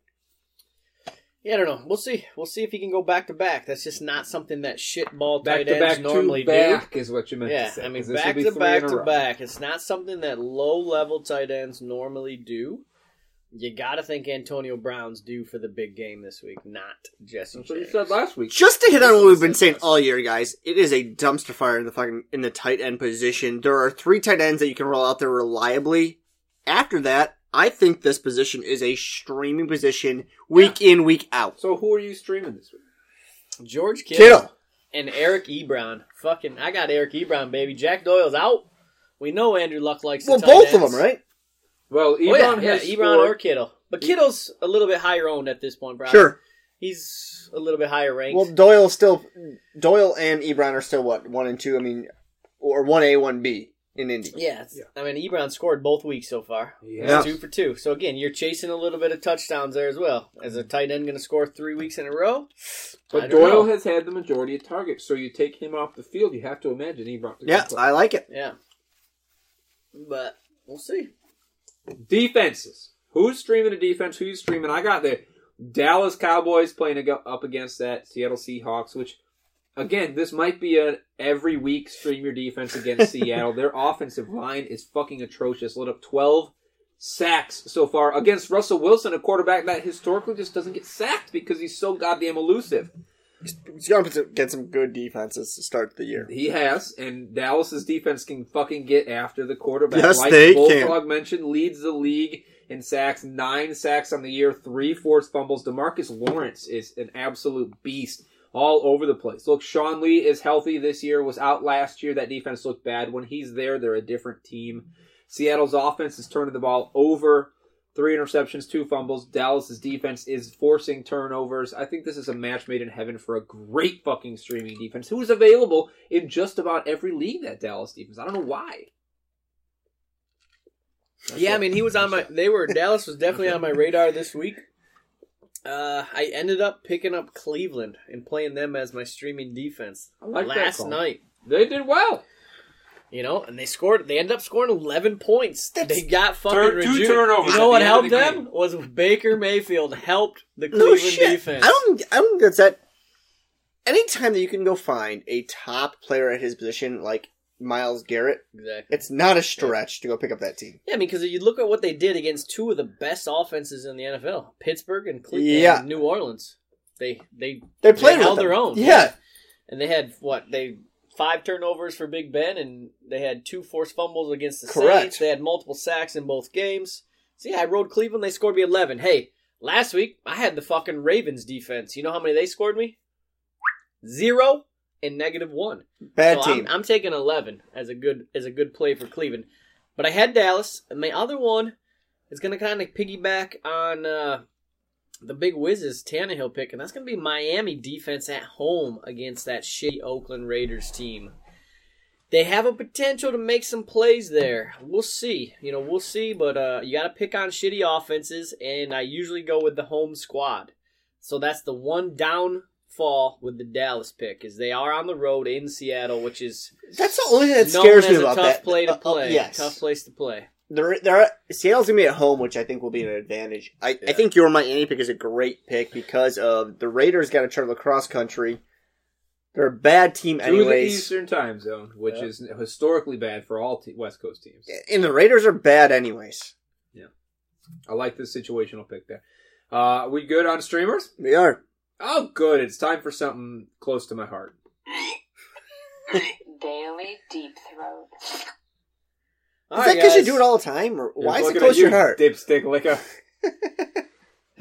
[SPEAKER 1] Yeah, I don't know. We'll see. We'll see if he can go back to back. That's just not something that shitball
[SPEAKER 3] Back
[SPEAKER 1] tight
[SPEAKER 3] to
[SPEAKER 1] ends
[SPEAKER 3] back
[SPEAKER 1] normally
[SPEAKER 3] to back is what you
[SPEAKER 1] do.
[SPEAKER 3] meant
[SPEAKER 1] Yeah,
[SPEAKER 3] to say.
[SPEAKER 1] I mean
[SPEAKER 3] 'cause this
[SPEAKER 1] back
[SPEAKER 3] will be
[SPEAKER 1] to
[SPEAKER 3] three
[SPEAKER 1] back
[SPEAKER 3] in a
[SPEAKER 1] to
[SPEAKER 3] row.
[SPEAKER 1] back. It's not something that low level tight ends normally do. You gotta think Antonio Brown's due for the big game this week, not Jesse.
[SPEAKER 3] That's what you
[SPEAKER 1] James.
[SPEAKER 3] said last week.
[SPEAKER 5] Just to hit on what we've been saying all year, guys, it is a dumpster fire in the fucking in the tight end position. There are three tight ends that you can roll out there reliably. After that, I think this position is a streaming position week in, week out.
[SPEAKER 3] So who are you streaming this week?
[SPEAKER 1] George Kittle,
[SPEAKER 5] Kittle.
[SPEAKER 1] and Eric Ebron. Fucking, I got Eric Ebron, baby. Jack Doyle's out. We know Andrew Luck likes. the
[SPEAKER 5] Well,
[SPEAKER 1] tight
[SPEAKER 5] both of
[SPEAKER 1] ends.
[SPEAKER 5] them, right?
[SPEAKER 3] Well, Ebron
[SPEAKER 1] Oh, yeah, yeah,
[SPEAKER 3] has
[SPEAKER 1] Ebron
[SPEAKER 3] scored-
[SPEAKER 1] or Kittle, but Kittle's a little bit higher owned at this point. Probably.
[SPEAKER 5] Sure.
[SPEAKER 1] he's a little bit higher ranked.
[SPEAKER 5] Well, Doyle still Doyle and Ebron are still what one and two. I mean, or one A, one B in Indy.
[SPEAKER 1] yeah, it's-
[SPEAKER 3] Yeah.
[SPEAKER 1] I mean Ebron scored both weeks so far.
[SPEAKER 3] Yeah.
[SPEAKER 1] He's two for two. So again, you're chasing a little bit of touchdowns there as well. As a tight end, going to score three weeks in a row. I
[SPEAKER 3] But
[SPEAKER 1] don't know.
[SPEAKER 3] Doyle has had the majority of targets, so you take him off the field. You have to imagine Ebron.
[SPEAKER 5] Yeah, I like it.
[SPEAKER 1] Yeah, but we'll see.
[SPEAKER 3] defenses. Who's streaming a defense? Who's streaming? I got the Dallas Cowboys playing ag- up against that Seattle Seahawks, which again, this might be a every week stream your defense against Seattle. Their offensive line is fucking atrocious. Let up twelve sacks so far against Russell Wilson, a quarterback that historically just doesn't get sacked because he's so goddamn elusive.
[SPEAKER 5] He's gonna get some good defenses to start the year.
[SPEAKER 3] He has, and Dallas's defense can fucking get after the quarterback.
[SPEAKER 5] Yes, they can.
[SPEAKER 3] Bullfrog mentioned, leads the league in sacks, nine sacks on the year, three forced fumbles. Demarcus Lawrence is an absolute beast all over the place. Look, Sean Lee is healthy this year, was out last year. That defense looked bad. When he's there, they're a different team. Seattle's offense is turning the ball over. Three interceptions, two fumbles. Dallas's defense is forcing turnovers. I think this is a match made in heaven for a great fucking streaming defense who is available in just about every league that Dallas defense. I don't know why.
[SPEAKER 1] yeah, I mean, he was on my. They were Dallas was definitely on my radar this week. Uh, I ended up picking up Cleveland and playing them as my streaming defense
[SPEAKER 3] I like that
[SPEAKER 1] last
[SPEAKER 3] call.
[SPEAKER 1] night.
[SPEAKER 3] They did well.
[SPEAKER 1] You know, and they scored. They ended up scoring eleven points. they got fucking
[SPEAKER 3] Turn- two
[SPEAKER 1] reju-
[SPEAKER 3] turnovers
[SPEAKER 1] You know
[SPEAKER 3] at
[SPEAKER 1] what
[SPEAKER 3] the
[SPEAKER 1] helped
[SPEAKER 3] end of the
[SPEAKER 1] them
[SPEAKER 3] game.
[SPEAKER 1] was Baker Mayfield helped the
[SPEAKER 5] No
[SPEAKER 1] Cleveland
[SPEAKER 5] shit.
[SPEAKER 1] defense.
[SPEAKER 5] I don't. I don't think that's that. Anytime that you can go find a top player at his position like Miles Garrett,
[SPEAKER 1] exactly.
[SPEAKER 5] it's not a stretch to go pick up that team.
[SPEAKER 1] Yeah, I mean, because you look at what they did against two of the best offenses in the NFL: Pittsburgh and Cleveland,
[SPEAKER 5] Yeah.
[SPEAKER 1] New Orleans. They they
[SPEAKER 5] They played
[SPEAKER 1] held
[SPEAKER 5] with them.
[SPEAKER 1] their own.
[SPEAKER 5] Yeah,
[SPEAKER 1] And they had what they five turnovers for Big Ben, and they had two forced fumbles against the
[SPEAKER 5] Correct.
[SPEAKER 1] Saints. They had multiple sacks in both games. So yeah, I rode Cleveland. They scored me eleven. Hey, last week I had the fucking Ravens defense. You know how many they scored me? Zero and negative one.
[SPEAKER 5] bad
[SPEAKER 1] So I'm-
[SPEAKER 5] team.
[SPEAKER 1] I'm, taking eleven as a good as a good play for Cleveland. But I had Dallas, and my other one is going to kind of piggyback on uh, the big Wiz's Tannehill pick, and that's going to be Miami defense at home against that shitty Oakland Raiders team. They have a potential to make some plays there. We'll see. You know, we'll see. But uh, you got to pick on shitty offenses, and I usually go with the home squad. So that's the one downfall with the Dallas pick is they are on the road in Seattle, which is
[SPEAKER 5] that's the only thing that
[SPEAKER 1] known
[SPEAKER 5] scares me
[SPEAKER 1] as a
[SPEAKER 5] about
[SPEAKER 1] tough
[SPEAKER 5] that.
[SPEAKER 1] play
[SPEAKER 5] Uh,
[SPEAKER 1] to
[SPEAKER 5] uh,
[SPEAKER 1] play.
[SPEAKER 5] yes,
[SPEAKER 1] Tough place to play.
[SPEAKER 5] They're, they're, Seattle's gonna be at home, which I think will be an advantage. I, I think your Miami pick is a great pick because of the Raiders got to travel across country. They're a bad team,
[SPEAKER 3] Through the
[SPEAKER 5] anyways,
[SPEAKER 3] Eastern time zone, which
[SPEAKER 1] Yeah.
[SPEAKER 3] is historically bad for all te- West Coast teams.
[SPEAKER 5] and the Raiders are bad, anyways.
[SPEAKER 3] I like this situational pick there. Uh, we good on streamers?
[SPEAKER 5] They are.
[SPEAKER 3] Oh, good. It's time for something close to my heart.
[SPEAKER 6] Daily Deep Throat.
[SPEAKER 1] All right,
[SPEAKER 5] Is that because you
[SPEAKER 1] guys.
[SPEAKER 5] do it all the time, or why is
[SPEAKER 3] Looking
[SPEAKER 5] it
[SPEAKER 3] at
[SPEAKER 5] close to your
[SPEAKER 3] you,
[SPEAKER 5] heart?
[SPEAKER 3] Dipstick liquor.
[SPEAKER 1] All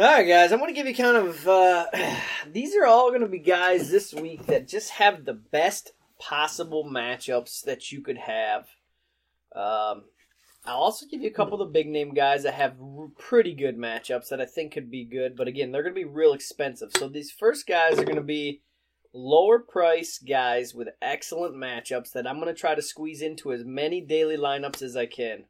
[SPEAKER 1] right, guys, I'm going to give you kind of. Uh, these are all going to be guys this week that just have the best possible matchups that you could have. Um, I'll also give you a couple of the big name guys that have r- pretty good matchups that I think could be good, but again, they're going to be real expensive. So these first guys are going to be lower price guys with excellent matchups that I'm going to try to squeeze into as many daily lineups as I can.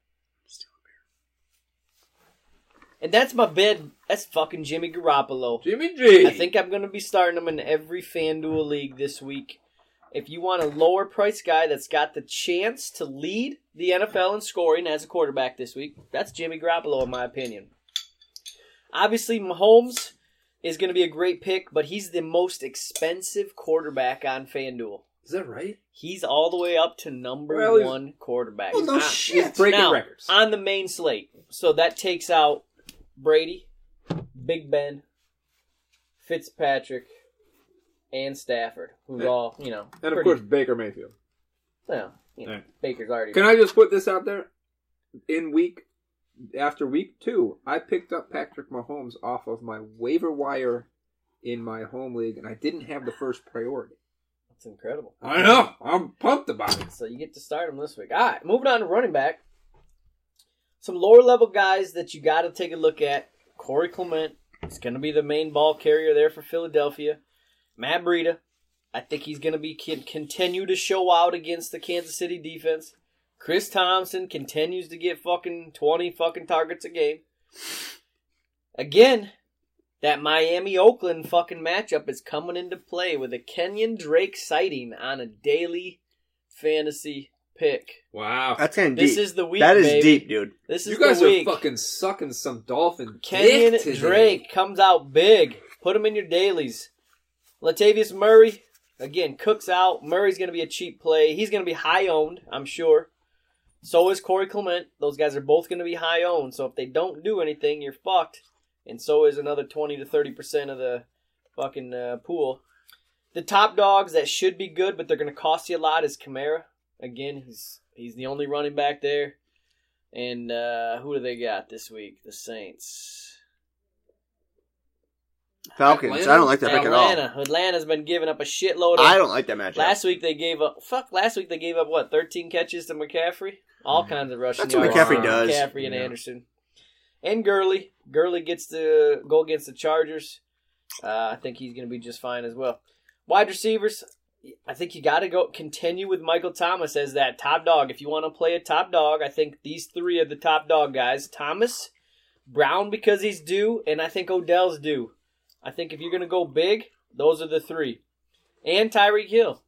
[SPEAKER 1] And that's my bid. That's fucking Jimmy Garoppolo.
[SPEAKER 3] Jimmy G.
[SPEAKER 1] I think I'm going to be starting him in every FanDuel league this week. If you want a lower price guy that's got the chance to lead the NFL in scoring as a quarterback this week, that's Jimmy Garoppolo, in my opinion. Obviously, Mahomes is going to be a great pick, but he's the most expensive quarterback on FanDuel.
[SPEAKER 3] Is that right?
[SPEAKER 1] He's all the way up to number
[SPEAKER 3] Well, he's-
[SPEAKER 1] one quarterback.
[SPEAKER 5] Well, Oh, no
[SPEAKER 1] Ah.
[SPEAKER 5] shit.
[SPEAKER 3] Breaking
[SPEAKER 1] now,
[SPEAKER 3] records.
[SPEAKER 1] on the main slate. So that takes out Brady, Big Ben, Fitzpatrick, and Stafford, who's all you know.
[SPEAKER 3] and of
[SPEAKER 1] pretty-
[SPEAKER 3] course, Baker Mayfield.
[SPEAKER 1] well, you know,
[SPEAKER 3] Alright.
[SPEAKER 1] Baker's already.
[SPEAKER 3] Can I just put this out there? In week after week two, I picked up Patrick Mahomes off of my waiver wire in my home league, and I didn't have the first priority.
[SPEAKER 1] That's incredible.
[SPEAKER 3] I know. I'm pumped about it.
[SPEAKER 1] So you get to start him this week. All right, moving on to running back. Some lower level guys that you got to take a look at. Corey Clement is going to be the main ball carrier there for Philadelphia. Matt Breida, I think he's going to be can continue to show out against the Kansas City defense. Chris Thompson continues to get fucking twenty fucking targets a game. Again, that Miami Oakland fucking matchup is coming into play with a Kenyon Drake sighting on a daily fantasy pick.
[SPEAKER 3] Wow.
[SPEAKER 5] That's kind of deep.
[SPEAKER 1] This is the week.
[SPEAKER 5] that is
[SPEAKER 1] baby.
[SPEAKER 5] deep, dude.
[SPEAKER 1] This is
[SPEAKER 3] you guys
[SPEAKER 1] the
[SPEAKER 3] are
[SPEAKER 1] week.
[SPEAKER 3] fucking sucking some dolphin.
[SPEAKER 1] Kenyon
[SPEAKER 3] dick today.
[SPEAKER 1] Drake comes out big. Put him in your dailies. Latavius Murray again cooks out. Murray's going to be a cheap play. He's going to be high owned, I'm sure. So is Corey Clement. Those guys are both going to be high owned. So if they don't do anything, you're fucked. And so is another twenty to thirty percent of the fucking uh, pool. The top dogs that should be good, but they're going to cost you a lot is Kamara. Again, he's he's the only running back there. And uh, who do they got this week? The Saints.
[SPEAKER 5] Falcons. I don't like that pick at all.
[SPEAKER 1] Atlanta. Atlanta's been giving up a shitload. Of,
[SPEAKER 5] I don't like that matchup.
[SPEAKER 1] Last week they gave up. Fuck. Last week they gave up what? Thirteen catches to McCaffrey. All
[SPEAKER 5] Mm-hmm.
[SPEAKER 1] kinds of rushing.
[SPEAKER 5] That's what
[SPEAKER 1] yards to
[SPEAKER 5] McCaffrey does.
[SPEAKER 1] McCaffrey and
[SPEAKER 3] Yeah.
[SPEAKER 1] Anderson, and Gurley. Gurley gets to go against the Chargers. Uh, I think he's going to be just fine as well. Wide receivers. I think you got to go continue with Michael Thomas as that top dog. If you want to play a top dog, I think these three are the top dog guys. Thomas, Brown because he's due, and I think Odell's due. I think if you're going to go big, those are the three. And Tyreek Hill.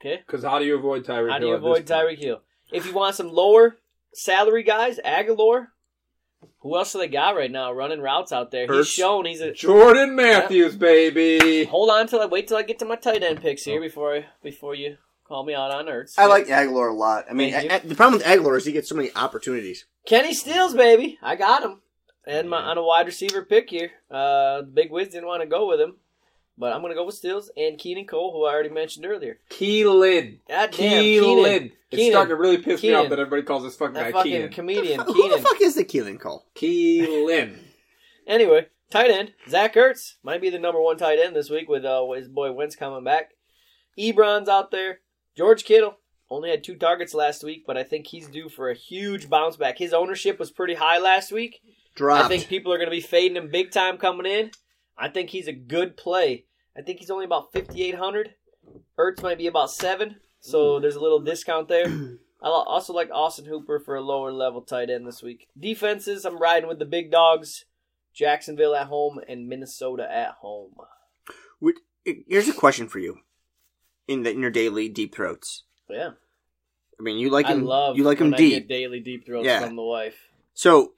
[SPEAKER 1] Okay?
[SPEAKER 3] Because how do you avoid Tyreek?
[SPEAKER 1] How do you
[SPEAKER 3] Hill at
[SPEAKER 1] avoid
[SPEAKER 3] this
[SPEAKER 1] Tyreek
[SPEAKER 3] point?
[SPEAKER 1] Hill? If you want some lower salary guys, Aguilar. Who else do they got right now running routes out there? He's
[SPEAKER 5] Hurts.
[SPEAKER 1] shown he's a.
[SPEAKER 3] Jordan Matthews, baby.
[SPEAKER 1] Hold on till I wait till I get to my tight end picks here before I, before you call me out on Ertz.
[SPEAKER 5] I like Aguilar a lot. I mean,
[SPEAKER 1] Thank you.
[SPEAKER 5] a- a- the problem with Aguilar is he gets so many opportunities.
[SPEAKER 1] Kenny Stills, baby. I got him. And my, on a wide receiver pick here. Uh, Big Wiz didn't want to go with him, but I'm going to go with Stills and Keenan Cole, who I already mentioned earlier.
[SPEAKER 3] Keelan.
[SPEAKER 1] God damn, Keenan.
[SPEAKER 3] Keelan. It's
[SPEAKER 1] Keenan.
[SPEAKER 3] starting to really piss me
[SPEAKER 1] Keenan.
[SPEAKER 3] off that everybody calls this fucking
[SPEAKER 1] That
[SPEAKER 3] guy
[SPEAKER 1] fucking
[SPEAKER 3] Keenan.
[SPEAKER 1] comedian,
[SPEAKER 5] Who
[SPEAKER 1] Keenan.
[SPEAKER 5] the fuck is the Keelan Cole?
[SPEAKER 3] Keelan.
[SPEAKER 1] Anyway, tight end Zach Ertz might be the number one tight end this week with uh, his boy Wentz coming back. Ebron's out there. George Kittle only had two targets last week, but I think he's due for a huge bounce back. His ownership was pretty high last week. I
[SPEAKER 5] Dropped.
[SPEAKER 1] think people are going to be fading him big time coming in. I think he's a good play. I think he's only about 5,800. Ertz might be about 7, so there's a little discount there. I al- also like Austin Hooper for a lower level tight end this week. Defenses, I'm riding with the big dogs Jacksonville at home and Minnesota at home.
[SPEAKER 5] Would, here's a question for you. In, the, in your daily deep throats,
[SPEAKER 1] But yeah,
[SPEAKER 5] I mean, you like
[SPEAKER 1] I
[SPEAKER 5] him.
[SPEAKER 1] love
[SPEAKER 5] you like him
[SPEAKER 1] when I get
[SPEAKER 5] deep.
[SPEAKER 1] daily deep throws
[SPEAKER 5] Yeah.
[SPEAKER 1] from the wife.
[SPEAKER 5] So,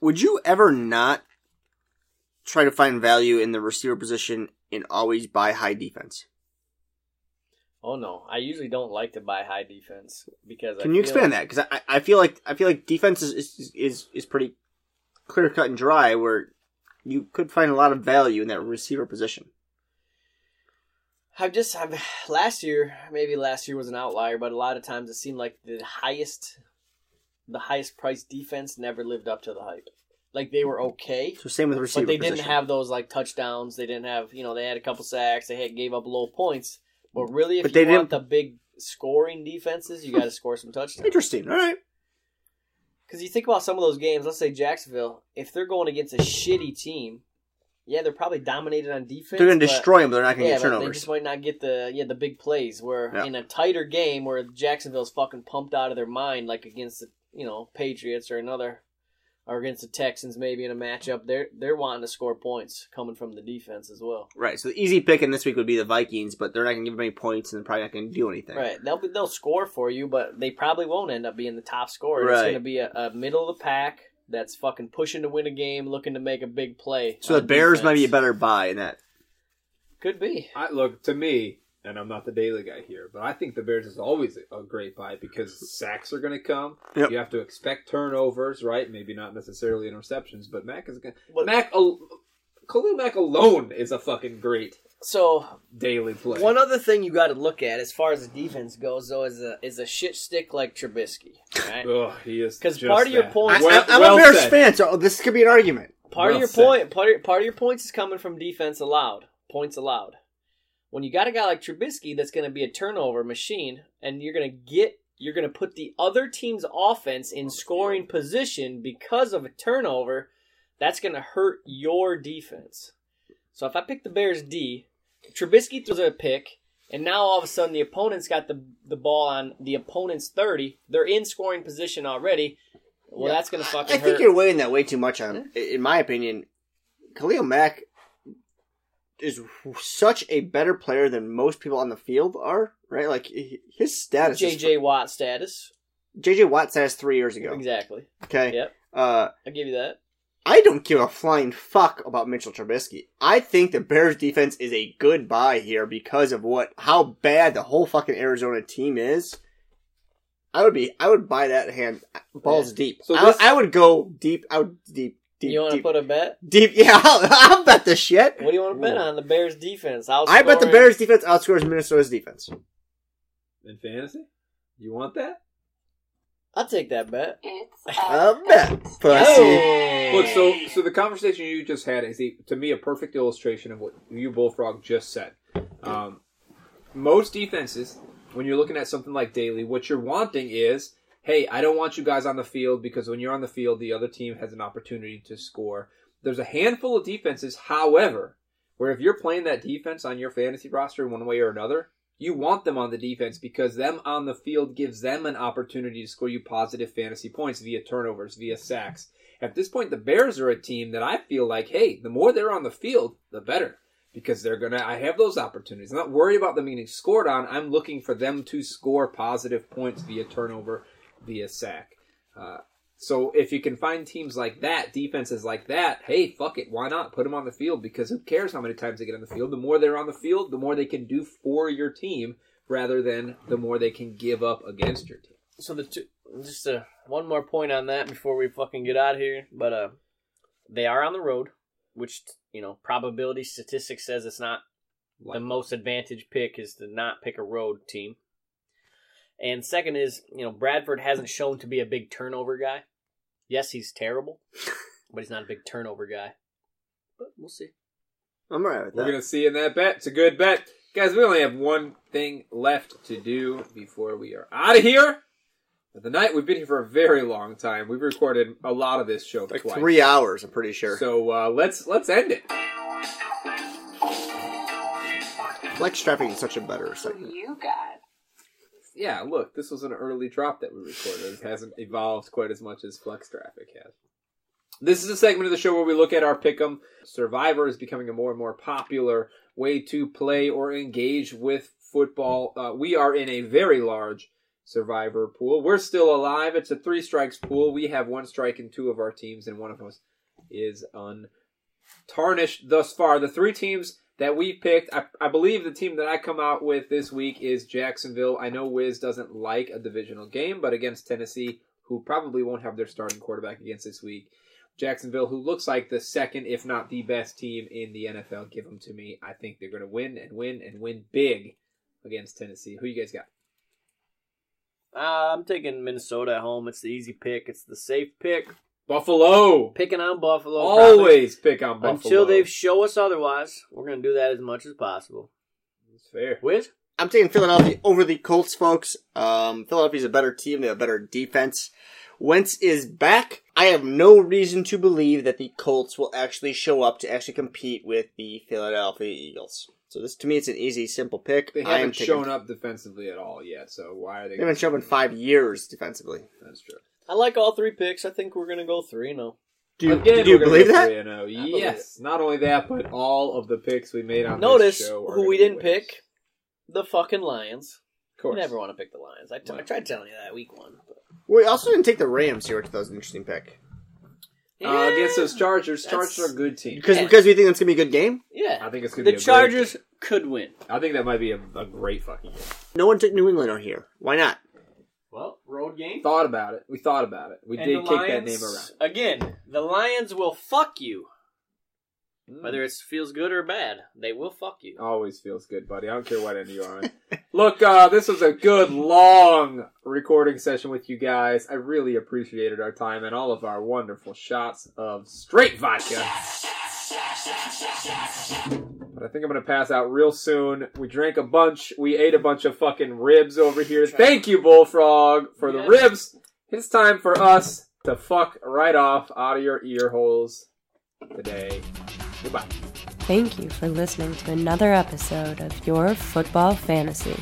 [SPEAKER 5] would you ever not try to find value in the receiver position and always buy high defense?
[SPEAKER 1] Oh no, I usually don't like to buy high defense because
[SPEAKER 5] Can
[SPEAKER 1] I
[SPEAKER 5] you
[SPEAKER 1] feel-
[SPEAKER 5] expand that? Because I, I feel like I feel like defense is is is, is pretty clear cut and dry, where you could find a lot of value in that receiver position.
[SPEAKER 1] I've just I've, last year maybe last year was an outlier, but a lot of times it seemed like the highest, the highest priced defense never lived up to the hype. Like they were okay,
[SPEAKER 5] So same with
[SPEAKER 1] but
[SPEAKER 5] receiver.
[SPEAKER 1] they didn't
[SPEAKER 5] position.
[SPEAKER 1] have those like touchdowns. They didn't have you know they had a couple sacks. They had, gave up low points, but really if
[SPEAKER 5] But
[SPEAKER 1] you
[SPEAKER 5] they
[SPEAKER 1] want the big scoring defenses, you got to score some touchdowns.
[SPEAKER 5] Interesting. All right.
[SPEAKER 1] Because you think about some of those games, let's say Jacksonville, if they're going against a shitty team, yeah, they're probably dominated on defense.
[SPEAKER 5] They're going to
[SPEAKER 1] but-
[SPEAKER 5] destroy them, but they're not going to
[SPEAKER 1] yeah,
[SPEAKER 5] get
[SPEAKER 1] but they just might
[SPEAKER 5] turnovers.
[SPEAKER 1] not get the yeah the big plays. Where
[SPEAKER 5] Yeah.
[SPEAKER 1] in a tighter game, where Jacksonville's fucking pumped out of their mind, like against the you know Patriots or another, or against the Texans maybe in a matchup, they're they're wanting to score points coming from the defense as well.
[SPEAKER 5] Right. So the easy pick in this week would be the Vikings, but they're not going to give them any points, and they're probably not going to do anything.
[SPEAKER 1] Right, they'll be, they'll score for you, but they probably won't end up being the top scorer. It's
[SPEAKER 5] Right.
[SPEAKER 1] going to be a, a middle of the pack that's fucking pushing to win a game, looking to make a big play.
[SPEAKER 5] So
[SPEAKER 1] on
[SPEAKER 5] the Bears might be a
[SPEAKER 1] defense.
[SPEAKER 5] better buy in that.
[SPEAKER 1] Could be.
[SPEAKER 3] I, look to me, and I'm not the daily guy here, but I think the Bears is always a great buy because sacks are going to come.
[SPEAKER 5] Yep.
[SPEAKER 3] You have to expect turnovers, right? Maybe not necessarily interceptions, but Mac is going.
[SPEAKER 1] Well-
[SPEAKER 3] Mac, al- Khalil Mack alone is a fucking great
[SPEAKER 1] So
[SPEAKER 3] daily play.
[SPEAKER 1] One other thing you got to look at as far as the defense goes, though, is a is a shit stick like Trubisky. Right?
[SPEAKER 3] Ugh, he is
[SPEAKER 1] 'Cause
[SPEAKER 3] just
[SPEAKER 1] part of your
[SPEAKER 3] that.
[SPEAKER 1] point-
[SPEAKER 5] I,
[SPEAKER 1] I-
[SPEAKER 3] Well-
[SPEAKER 5] am
[SPEAKER 3] well
[SPEAKER 5] a Bears
[SPEAKER 3] said.
[SPEAKER 5] fan, so this could be an argument.
[SPEAKER 1] part
[SPEAKER 3] Well
[SPEAKER 1] of your
[SPEAKER 3] said.
[SPEAKER 1] point, part of, part of your points is coming from defense allowed, points allowed. When you got a guy like Trubisky, that's going to be a turnover machine, and you're going to get you're going to put the other team's offense in scoring position because of a turnover. That's going to hurt your defense. So if I pick the Bears D, Trubisky throws a pick, and now all of a sudden the opponent's got the the ball on the opponent's thirty. They're in scoring position already. Well, that's going to fucking
[SPEAKER 5] I
[SPEAKER 1] hurt.
[SPEAKER 5] think you're weighing that way too much on. In my opinion, Khalil Mack is such a better player than most people on the field are. Right? Like he- his status. is-
[SPEAKER 1] JJ Watt status.
[SPEAKER 5] JJ Watt says three years ago.
[SPEAKER 1] Exactly.
[SPEAKER 5] Okay.
[SPEAKER 1] Yep.
[SPEAKER 5] Uh,
[SPEAKER 1] I'll give you that.
[SPEAKER 5] I don't give a flying fuck about Mitchell Trubisky. I think the Bears defense is a good buy here because of what how bad the whole fucking Arizona team is. I would be I would buy that hand balls deep.
[SPEAKER 3] So
[SPEAKER 5] I,
[SPEAKER 3] this-
[SPEAKER 5] I would go deep. I would deep deep
[SPEAKER 1] you want to
[SPEAKER 5] deep,
[SPEAKER 1] put a bet?
[SPEAKER 5] deep. Yeah, I'll, I'll bet the shit.
[SPEAKER 1] What do you want to bet on? The Bears defense. Outscoring.
[SPEAKER 5] I bet the Bears defense outscores Minnesota's defense.
[SPEAKER 3] in fantasy. You want that?
[SPEAKER 1] I'll take that bet. Oh!
[SPEAKER 6] It's
[SPEAKER 5] I
[SPEAKER 6] a
[SPEAKER 5] bet pussy.
[SPEAKER 3] Look, so so the conversation you just had is a, to me a perfect illustration of what you bullfrog just said. Um, most defenses, when you're looking at something like daily, what you're wanting is, hey, I don't want you guys on the field because when you're on the field, the other team has an opportunity to score. There's a handful of defenses, however, where if you're playing that defense on your fantasy roster in one way or another, you want them on the defense because them on the field gives them an opportunity to score you positive fantasy points via turnovers, via sacks. At this point, the Bears are a team that I feel like, hey, the more they're on the field, the better. Because they're gonna, I have those opportunities. I'm not worried about them getting scored on. I'm looking for them to score positive points via turnover, via sack. Uh, so if you can find teams like that, defenses like that, hey, fuck it, why not put them on the field? Because who cares how many times they get on the field? The more they're on the field, the more they can do for your team, rather than the more they can give up against your team.
[SPEAKER 1] So the two, just uh, one more point on that before we fucking get out of here. But uh, they are on the road, which you know probability statistics says it's not the most advantage pick is to not pick a road team. And second is, you know, Bradford hasn't shown to be a big turnover guy. Yes, he's terrible, but he's not a big turnover guy. But we'll see.
[SPEAKER 5] I'm alright with
[SPEAKER 3] We're
[SPEAKER 5] that.
[SPEAKER 3] gonna see in that bet. It's a good bet, guys. We only have one thing left to do before we are out of here. But the night we've been here for a very long time. We've recorded a lot of this show
[SPEAKER 5] Like
[SPEAKER 3] twice.
[SPEAKER 5] three hours, I'm pretty sure.
[SPEAKER 3] So uh, let's let's end it.
[SPEAKER 5] Flex trapping is such a better
[SPEAKER 6] who
[SPEAKER 5] segment.
[SPEAKER 6] you got.
[SPEAKER 3] Yeah, look, this was an early drop that we recorded. It hasn't evolved quite as much as Flex Traffic has. This is a segment of the show where we look at our pick'em. Survivor is becoming a more and more popular way to play or engage with football. Uh, we are in a very large Survivor pool. We're still alive. It's a three strikes pool. We have one strike in two of our teams, and one of us is untarnished thus far. The three teams that we picked, I, I believe the team that I come out with this week is Jacksonville. I know Wiz doesn't like a divisional game, but against Tennessee, who probably won't have their starting quarterback against this week. Jacksonville, who looks like the second, if not the best team in the NFL, give them to me. I think they're going to win and win and win big against Tennessee. Who you guys got?
[SPEAKER 1] Uh, I'm taking Minnesota at home. It's the easy pick. It's the safe pick.
[SPEAKER 3] Buffalo.
[SPEAKER 1] Picking on Buffalo. probably.
[SPEAKER 3] Always pick on Buffalo.
[SPEAKER 1] Until they show us otherwise, we're going to do that as much as possible.
[SPEAKER 3] It's fair.
[SPEAKER 1] Wiz?
[SPEAKER 5] I'm taking Philadelphia over the Colts, folks. Um, Philadelphia's a better team. They have a better defense. Wentz is back. I have no reason to believe that the Colts will actually show up to actually compete with the Philadelphia Eagles. So this, to me, it's an easy, simple pick.
[SPEAKER 3] They
[SPEAKER 5] I am
[SPEAKER 3] haven't
[SPEAKER 5] taking-
[SPEAKER 3] shown up defensively at all yet, so why are they?
[SPEAKER 5] They haven't shown up in five years defensively.
[SPEAKER 3] That's true.
[SPEAKER 1] I like all three picks. I think we're going to go oh. 3 0.
[SPEAKER 5] Do you,
[SPEAKER 3] Again,
[SPEAKER 5] do you
[SPEAKER 3] we're gonna
[SPEAKER 5] believe
[SPEAKER 3] go
[SPEAKER 5] that?
[SPEAKER 3] 3-0.
[SPEAKER 1] believe
[SPEAKER 3] Yes. Not only that, but all of the picks we made on
[SPEAKER 1] Notice
[SPEAKER 3] this show are
[SPEAKER 1] who we
[SPEAKER 3] gonna
[SPEAKER 1] didn't
[SPEAKER 3] be wins.
[SPEAKER 1] pick the fucking Lions.
[SPEAKER 3] Of course.
[SPEAKER 1] You never want to pick the Lions. I t- I
[SPEAKER 3] Right.
[SPEAKER 1] tried telling you that week one. but-
[SPEAKER 5] We also didn't take the Rams here, which was an interesting pick.
[SPEAKER 3] uh, against those Chargers. Chargers are a good team.
[SPEAKER 5] Because
[SPEAKER 1] Yeah.
[SPEAKER 5] because we think that's gonna be a good game.
[SPEAKER 1] Yeah.
[SPEAKER 3] I think it's gonna
[SPEAKER 1] The
[SPEAKER 3] be a
[SPEAKER 1] Chargers could win.
[SPEAKER 3] Great, I think that might be a, a great fucking game.
[SPEAKER 5] No one took New England on here. Why not?
[SPEAKER 1] Well, road game.
[SPEAKER 3] Thought about it. We thought about it. We
[SPEAKER 1] And
[SPEAKER 3] did
[SPEAKER 1] the
[SPEAKER 3] kick that
[SPEAKER 1] Lions-
[SPEAKER 3] name around.
[SPEAKER 1] Again, the Lions will fuck you.
[SPEAKER 3] Hmm.
[SPEAKER 1] Whether it feels good or bad, they will fuck you.
[SPEAKER 3] Always feels good, buddy. I don't care what end you are on. Look, uh, this was a good long recording session with you guys. I really appreciated our time and all of our wonderful shots of straight vodka. But I think I'm gonna pass out real soon. We drank a bunch. We ate a bunch of fucking ribs over here. Thank you, Bullfrog, for the
[SPEAKER 1] Yeah.
[SPEAKER 3] ribs. It's time for us to fuck right off out of your ear holes today. Goodbye.
[SPEAKER 4] Thank you for listening to another episode of Your Football Fantasy.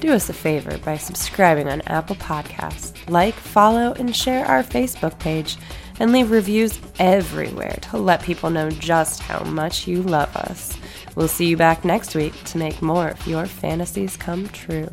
[SPEAKER 4] Do us a favor by subscribing on Apple Podcasts, like, follow, and share our Facebook page, and leave reviews everywhere to let people know just how much you love us. We'll see you back next week to make more of your fantasies come true.